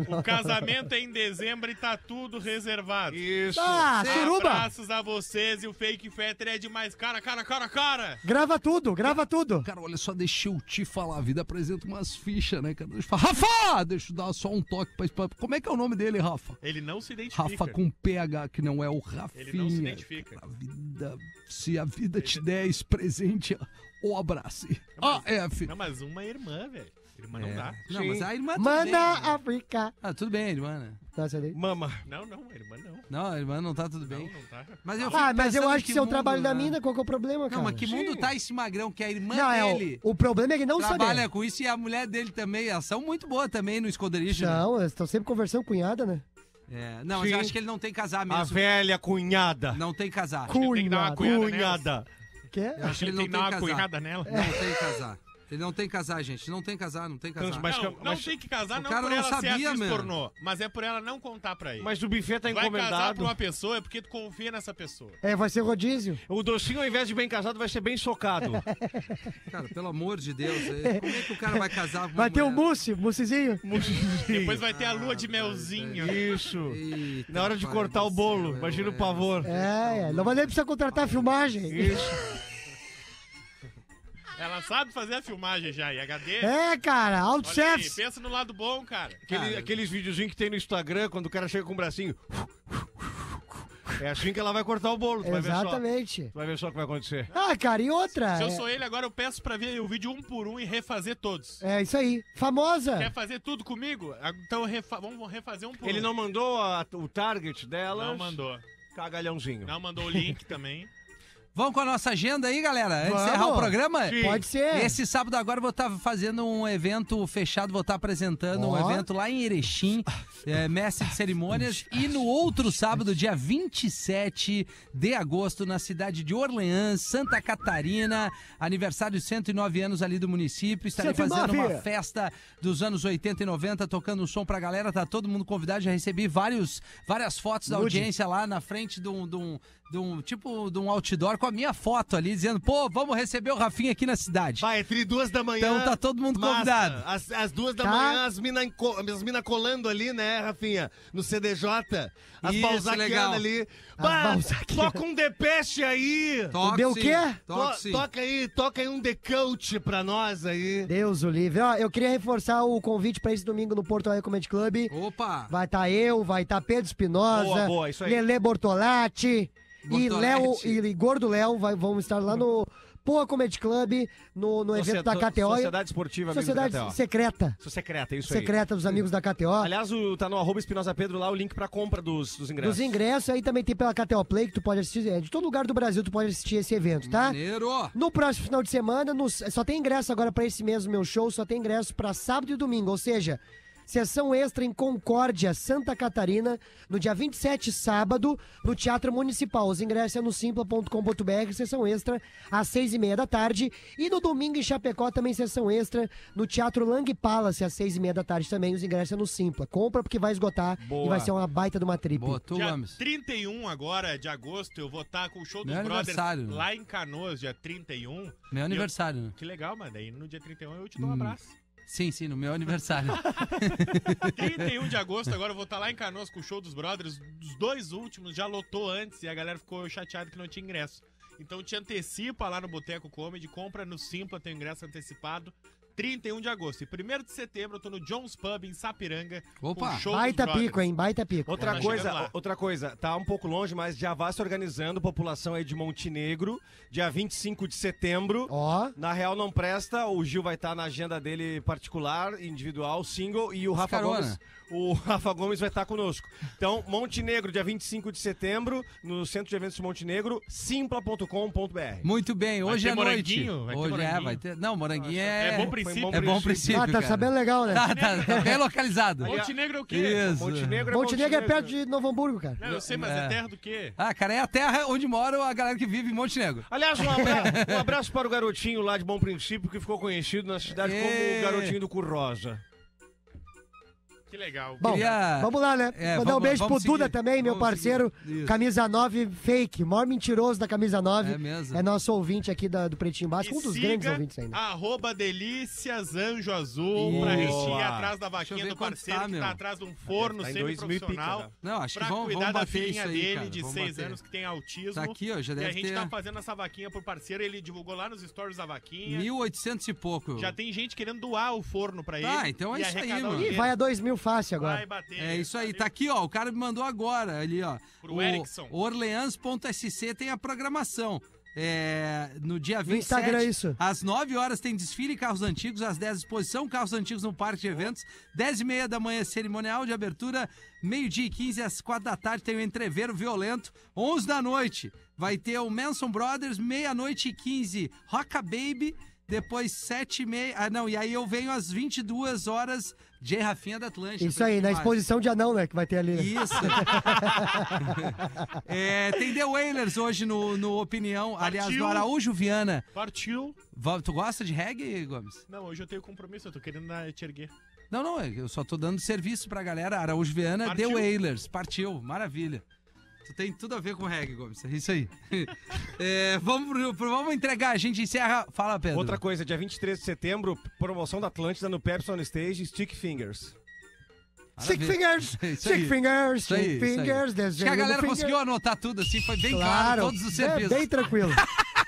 S4: O casamento é em dezembro e tá tudo reservado.
S5: Isso.
S3: Ah, suruba!
S4: Abraços a vocês e o fake fetter é demais. Cara, cara, cara, cara!
S3: Grava tudo, grava tudo.
S2: Cara, olha só, deixa eu te falar. A vida apresenta umas fichas, né, cara? Deixa eu falar. Rafa! Deixa eu dar só um toque pra. pra- Como é que é o nome dele, Rafa?
S4: Ele não se identifica.
S2: Rafa com PH, que não é o Rafinha.
S4: Ele não se identifica.
S2: A vida, se a vida te der esse presente, o abrace. Ah, F.
S4: Não, ah, mas uma irmã, velho. Irmã não dá.
S2: É. Não, mas a irmã tudo bem. né?
S3: Manda África.
S2: Ah, tudo bem, a irmã, né?
S3: Nossa, ali.
S5: Mama.
S4: Não, não, irmã não.
S2: Não, a irmã não tá tudo
S4: Não,
S2: bem.
S4: não tá.
S2: Mas eu fico
S3: Ah, mas eu
S2: pensando
S3: acho que isso é o
S2: mundo,
S3: trabalho da
S2: né?
S3: mina, qual que é o problema, cara?
S2: Não, mas que mundo tá esse magrão que a irmã
S3: Não, é,
S2: dele
S3: o, o problema é que não
S2: trabalha
S3: sabe.
S2: com isso e a mulher dele também. Elas são muito boas também no esconderijo. né?
S3: Não, eles estão sempre conversando com cunhada, né?
S2: É, não, mas eu
S5: Sim.
S2: acho que ele não tem casar
S5: A
S2: mesmo.
S5: velha cunhada.
S2: Não tem casar.
S4: Acho que ele tem que dar
S3: Cunhada.
S4: uma cunhada. nela.
S5: Cunhada.
S3: Que é?
S2: Eu acho que ele não
S4: que dar
S2: tem
S4: uma
S2: casar. É.
S4: cunhada nela.
S2: Não tem casar. Ele não tem casar, gente. Não tem casar, não tem casar.
S5: Então, Mas-
S4: não, não
S5: mas-
S4: tem que casar,
S2: O
S4: não
S2: cara
S4: por
S2: não
S4: ela ser
S2: sabia,
S4: atriz
S2: mano.
S4: pornô, mas é por ela não contar pra ele.
S5: Mas o buffet tá
S4: Vai casar
S5: encomendado.
S4: pra uma pessoa é porque tu confia nessa pessoa.
S3: É, vai ser rodízio.
S5: O docinho, ao invés de bem casado, vai ser bem socado.
S2: Cara, pelo amor de Deus, é- como é que o cara vai casar com uma
S3: Vai ter um
S2: mulher?
S3: mousse, moussezinho.
S4: Depois vai ter a lua de melzinho.
S5: Isso.
S2: Eita,
S5: Na hora de
S2: pai
S5: cortar
S2: do
S5: o bolo,
S2: céu,
S5: imagina
S2: é-
S5: o pavor.
S3: É, é. Não vai nem precisar contratar a filmagem.
S5: Isso.
S4: Ela sabe fazer a filmagem já, e HD.
S3: É, cara,
S4: Olha aí,
S3: Outchefs.
S4: pensa no lado bom, cara.
S5: Aquele-
S2: Cara.
S5: aqueles videozinhos que tem no Instagram, quando o cara chega com o bracinho. É assim que ela vai cortar o bolo. Tu vai ver só.
S3: Exatamente.
S5: Tu vai ver só o que vai acontecer.
S3: Ah, cara, e outra?
S4: Se eu
S3: é-
S4: sou ele, agora eu peço pra ver o vídeo um por um e refazer todos.
S3: É isso aí. Famosa.
S4: Quer fazer tudo comigo? Ah, Então refa- vamos refazer um por
S5: Ele
S4: um.
S5: não mandou a- o target dela.
S4: Não mandou.
S5: Cagalhãozinho.
S4: Não mandou o link também.
S2: Vamos com a nossa agenda aí, galera? Antes de
S3: Vamos.
S2: encerrar o programa?
S5: Sim.
S3: Pode ser.
S2: Esse sábado agora eu vou estar fazendo um evento fechado, vou estar apresentando um
S3: Ó.
S2: evento lá em Erechim, é, mestre de cerimônias. E no outro sábado, dia 27 de agosto, na cidade de Orleans, Santa Catarina, aniversário de 109 anos ali do município. Estarei fazendo
S3: 109.
S2: uma festa dos anos 80 e 90, tocando um som pra galera, tá todo mundo convidado. Já recebi vários, várias fotos da audiência lá na frente de um, de um- de um- tipo de um outdoor com a minha foto ali, dizendo, pô, vamos receber o Rafinha aqui na cidade.
S10: Vai, entre duas da manhã.
S2: Então tá todo mundo
S10: massa.
S2: convidado.
S10: Às, às duas da
S3: Tá.
S10: manhã, as minas as mina colando ali, né, Rafinha? No CDJ. As
S2: Isso, legal.
S10: balzaquianas ali.
S3: As
S10: Bah,
S3: Balzaquianas.
S10: toca um Depeche aí.
S2: Toque
S3: Deu o
S2: sim,
S3: quê?
S2: Toque
S10: To-
S2: sim.
S10: toca aí, toca aí um decote pra nós
S5: é
S10: aí.
S3: Deus o livre. Ó, eu queria reforçar o convite pra esse domingo no Porto Alegre Comedy Club.
S2: Opa!
S3: Vai estar eu, vai estar Pedro
S5: Boa,
S3: Espinosa,
S5: boa, isso aí.
S3: Lele Bortolatti e Léo
S2: Bortolatti.
S3: e Gordo Léo vai, vão estar lá no Poa Comedy Club, no, no evento da
S5: Sociedade-
S3: KTO.
S5: Sociedade Esportiva Amigos
S3: Sociedade
S5: da KTO.
S3: Secreta.
S5: Sou secreta,
S10: é
S5: isso aí.
S3: Secreta dos amigos da KTO.
S5: Aliás, o, tá no arroba Espinosa Pedro lá o link pra compra dos, dos ingressos.
S3: Dos ingressos, aí também tem pela KTO Play, que tu pode assistir. é, De todo lugar do Brasil tu pode assistir esse evento, tá?
S2: Maneiro!
S3: No próximo final de semana, no- só tem ingresso agora pra esse mesmo meu show, só tem ingresso pra sábado e domingo, ou seja, sessão extra em Concórdia, Santa Catarina, no dia 27, sábado, no Teatro Municipal. Os ingressos é no simpla.com.br, sessão extra, às seis e meia da tarde. E no domingo em Chapecó, também sessão extra, no Teatro Lang Palace, às seis e meia da tarde também. Os ingressos é no Simpla. Compra porque vai esgotar e
S5: Boa.
S3: vai ser uma baita de uma trip.
S2: Boa, tu,
S4: Dia
S2: Gomes.
S4: 31 agora de agosto, eu vou estar com o show dos
S2: Meu
S4: brothers
S2: aniversário.
S4: lá em Canoas, dia 31.
S2: Meu aniversário. né?
S4: Que legal, mano. Aí no dia 31 eu te dou um abraço.
S2: Sim, sim, no meu aniversário.
S4: 31 de agosto, agora eu vou estar lá em Canoas com o show dos brothers. Os dois últimos já lotou antes e a galera ficou chateada que não tinha ingresso. Então te antecipa lá no Boteco Comedy, compra no Simpla, tem o ingresso antecipado. 31 de agosto. E 1 de setembro eu tô no Jones Pub em Sapiranga.
S2: Opa,
S4: com o Um show dos
S3: Baita
S4: brothers.
S3: pico, hein? Baita pico.
S5: Outra
S4: Tá
S5: coisa,
S4: chegando lá.
S5: outra coisa, tá um pouco longe, mas já vá se organizando, população aí de Montenegro, dia 25 de setembro.
S3: Ó,
S5: Na real não presta, o Gil vai estar na agenda dele particular, individual, single, e o Rafa
S2: Carona.
S5: Gomes. O Rafa Gomes vai estar conosco. Então, Montenegro, dia 25 de setembro, no Centro de Eventos Montenegro, simpla.com.br.
S2: muito bem. Hoje
S4: ter
S2: à noite.
S4: moranguinho? Vai ter
S2: Hoje é,
S4: moranguinho?
S2: vai ter. Não, moranguinho é.
S4: É bom pra princípio.
S2: É bom princípio,
S3: Ah, tá
S2: cara.
S3: sabendo legal, né?
S2: Tá, tá, tá bem localizado.
S4: Montenegro é o quê?
S2: Isso.
S5: Montenegro é
S3: Montenegro é perto de Novo Hamburgo, cara.
S4: Não, eu sei, mas
S2: É.
S4: é terra do quê?
S2: Ah, cara, é a terra onde mora a galera que vive em Montenegro.
S5: Aliás, um abraço, um abraço para o garotinho lá de Bom Princípio, que ficou conhecido na cidade como
S2: Ê.
S5: o garotinho do Currosa.
S4: Que legal.
S3: Bom,
S2: Queria-
S3: vamos lá, né?
S2: É,
S3: Mandar um
S2: vamos-
S3: beijo pro
S2: vamos
S3: Duda
S2: seguir.
S3: também, meu
S2: Vamos
S3: parceiro.
S2: seguir. Isso.
S3: Camisa 9 fake, o maior mentiroso da camisa 9.
S2: É mesmo.
S3: É nosso ouvinte aqui da- do Pretinho Básico, um dos
S4: siga
S3: grandes ouvintes ainda.
S4: Arroba Delícias Anjo Azul
S2: Boa.
S4: pra rechear atrás
S2: Deixa
S4: da
S2: eu
S4: vaquinha
S2: ver
S4: do
S2: quanto
S4: parceiro
S2: tá,
S4: que
S2: meu.
S4: tá atrás de um forno
S5: Tá em dois mil e pica,
S4: semi-profissional.
S2: Não, acho que
S4: Pra
S2: vamos,
S4: cuidar
S2: vamos
S4: da
S2: bater
S4: filhinha
S2: isso aí,
S4: dele
S2: cara.
S4: de
S2: Vamos
S4: 6
S2: bater.
S4: anos que tem autismo.
S2: Tá aqui, ó, já
S4: e a
S2: deve
S4: gente
S2: ter
S4: tá fazendo essa vaquinha pro parceiro, ele divulgou lá nos stories da vaquinha.
S2: 1800 e pouco.
S4: Já tem gente querendo doar o forno pra ele.
S2: Ah, então é
S4: e
S2: isso aí,
S4: arrecadar o
S2: mano.
S3: Ih,
S4: dinheiro.
S3: vai a 2 mil fácil
S4: Vai
S3: agora.
S4: bater.
S2: É isso aí, tá aqui, ó. O cara me mandou agora ali, ó.
S4: Pro Erickson.
S2: Orleans.sc tem a programação. É, no dia 27,
S3: Instagram, é isso.
S2: às 9 horas tem desfile Carros Antigos, às 10 exposição Carros Antigos no Parque de Eventos, 10 e meia da manhã cerimonial de abertura, meio-dia e 15 às 4 da tarde tem o Entreveiro Violento, 11 da noite vai ter o Manson Brothers, meia-noite e 15 Roca Baby, depois 7 e meia, ah não, e aí eu venho às 22 horas J. Rafinha da Atlântica.
S3: Isso aí, na
S2: Pretinho Básico.
S3: exposição de anão, né? Que vai ter ali. né?
S2: Isso. É, tem The Wailers hoje no, no Opinião. Aliás,
S4: Partiu.
S2: no Araújo Viana.
S4: Partiu.
S2: Va- Tu gosta de reggae, Gomes?
S4: Não, hoje eu tenho compromisso, eu tô querendo dar- te erguer.
S2: Não, não, eu só tô dando serviço pra galera. Araújo Viana,
S4: Partiu.
S2: The Wailers. Partiu, maravilha. Tu tem tudo a ver com reggae, Gomes. É isso aí. É, vamos, pro- pro- vamos entregar, a gente encerra. Fala, Pedro.
S5: Outra coisa, dia 23 de setembro, promoção da Atlântida no Pepsi on Stage, Stick Fingers.
S3: Stick
S2: Maravilha.
S3: fingers,
S2: Isso aí.
S3: stick fingers,
S2: Isso aí,
S3: stick
S2: isso aí.
S3: fingers,
S2: Acho que a
S3: desenho
S2: galera
S3: do finger.
S2: conseguiu anotar tudo assim, foi bem claro,
S3: Claro,
S2: todos os
S3: é,
S2: serviços.
S3: bem tranquilo.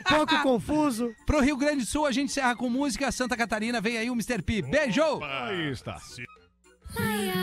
S3: Pouco confuso.
S2: Pro Rio Grande do Sul, a gente encerra com música. Santa Catarina, vem aí o Mr. P. Beijo!
S5: Aí está.
S11: Ai, ai.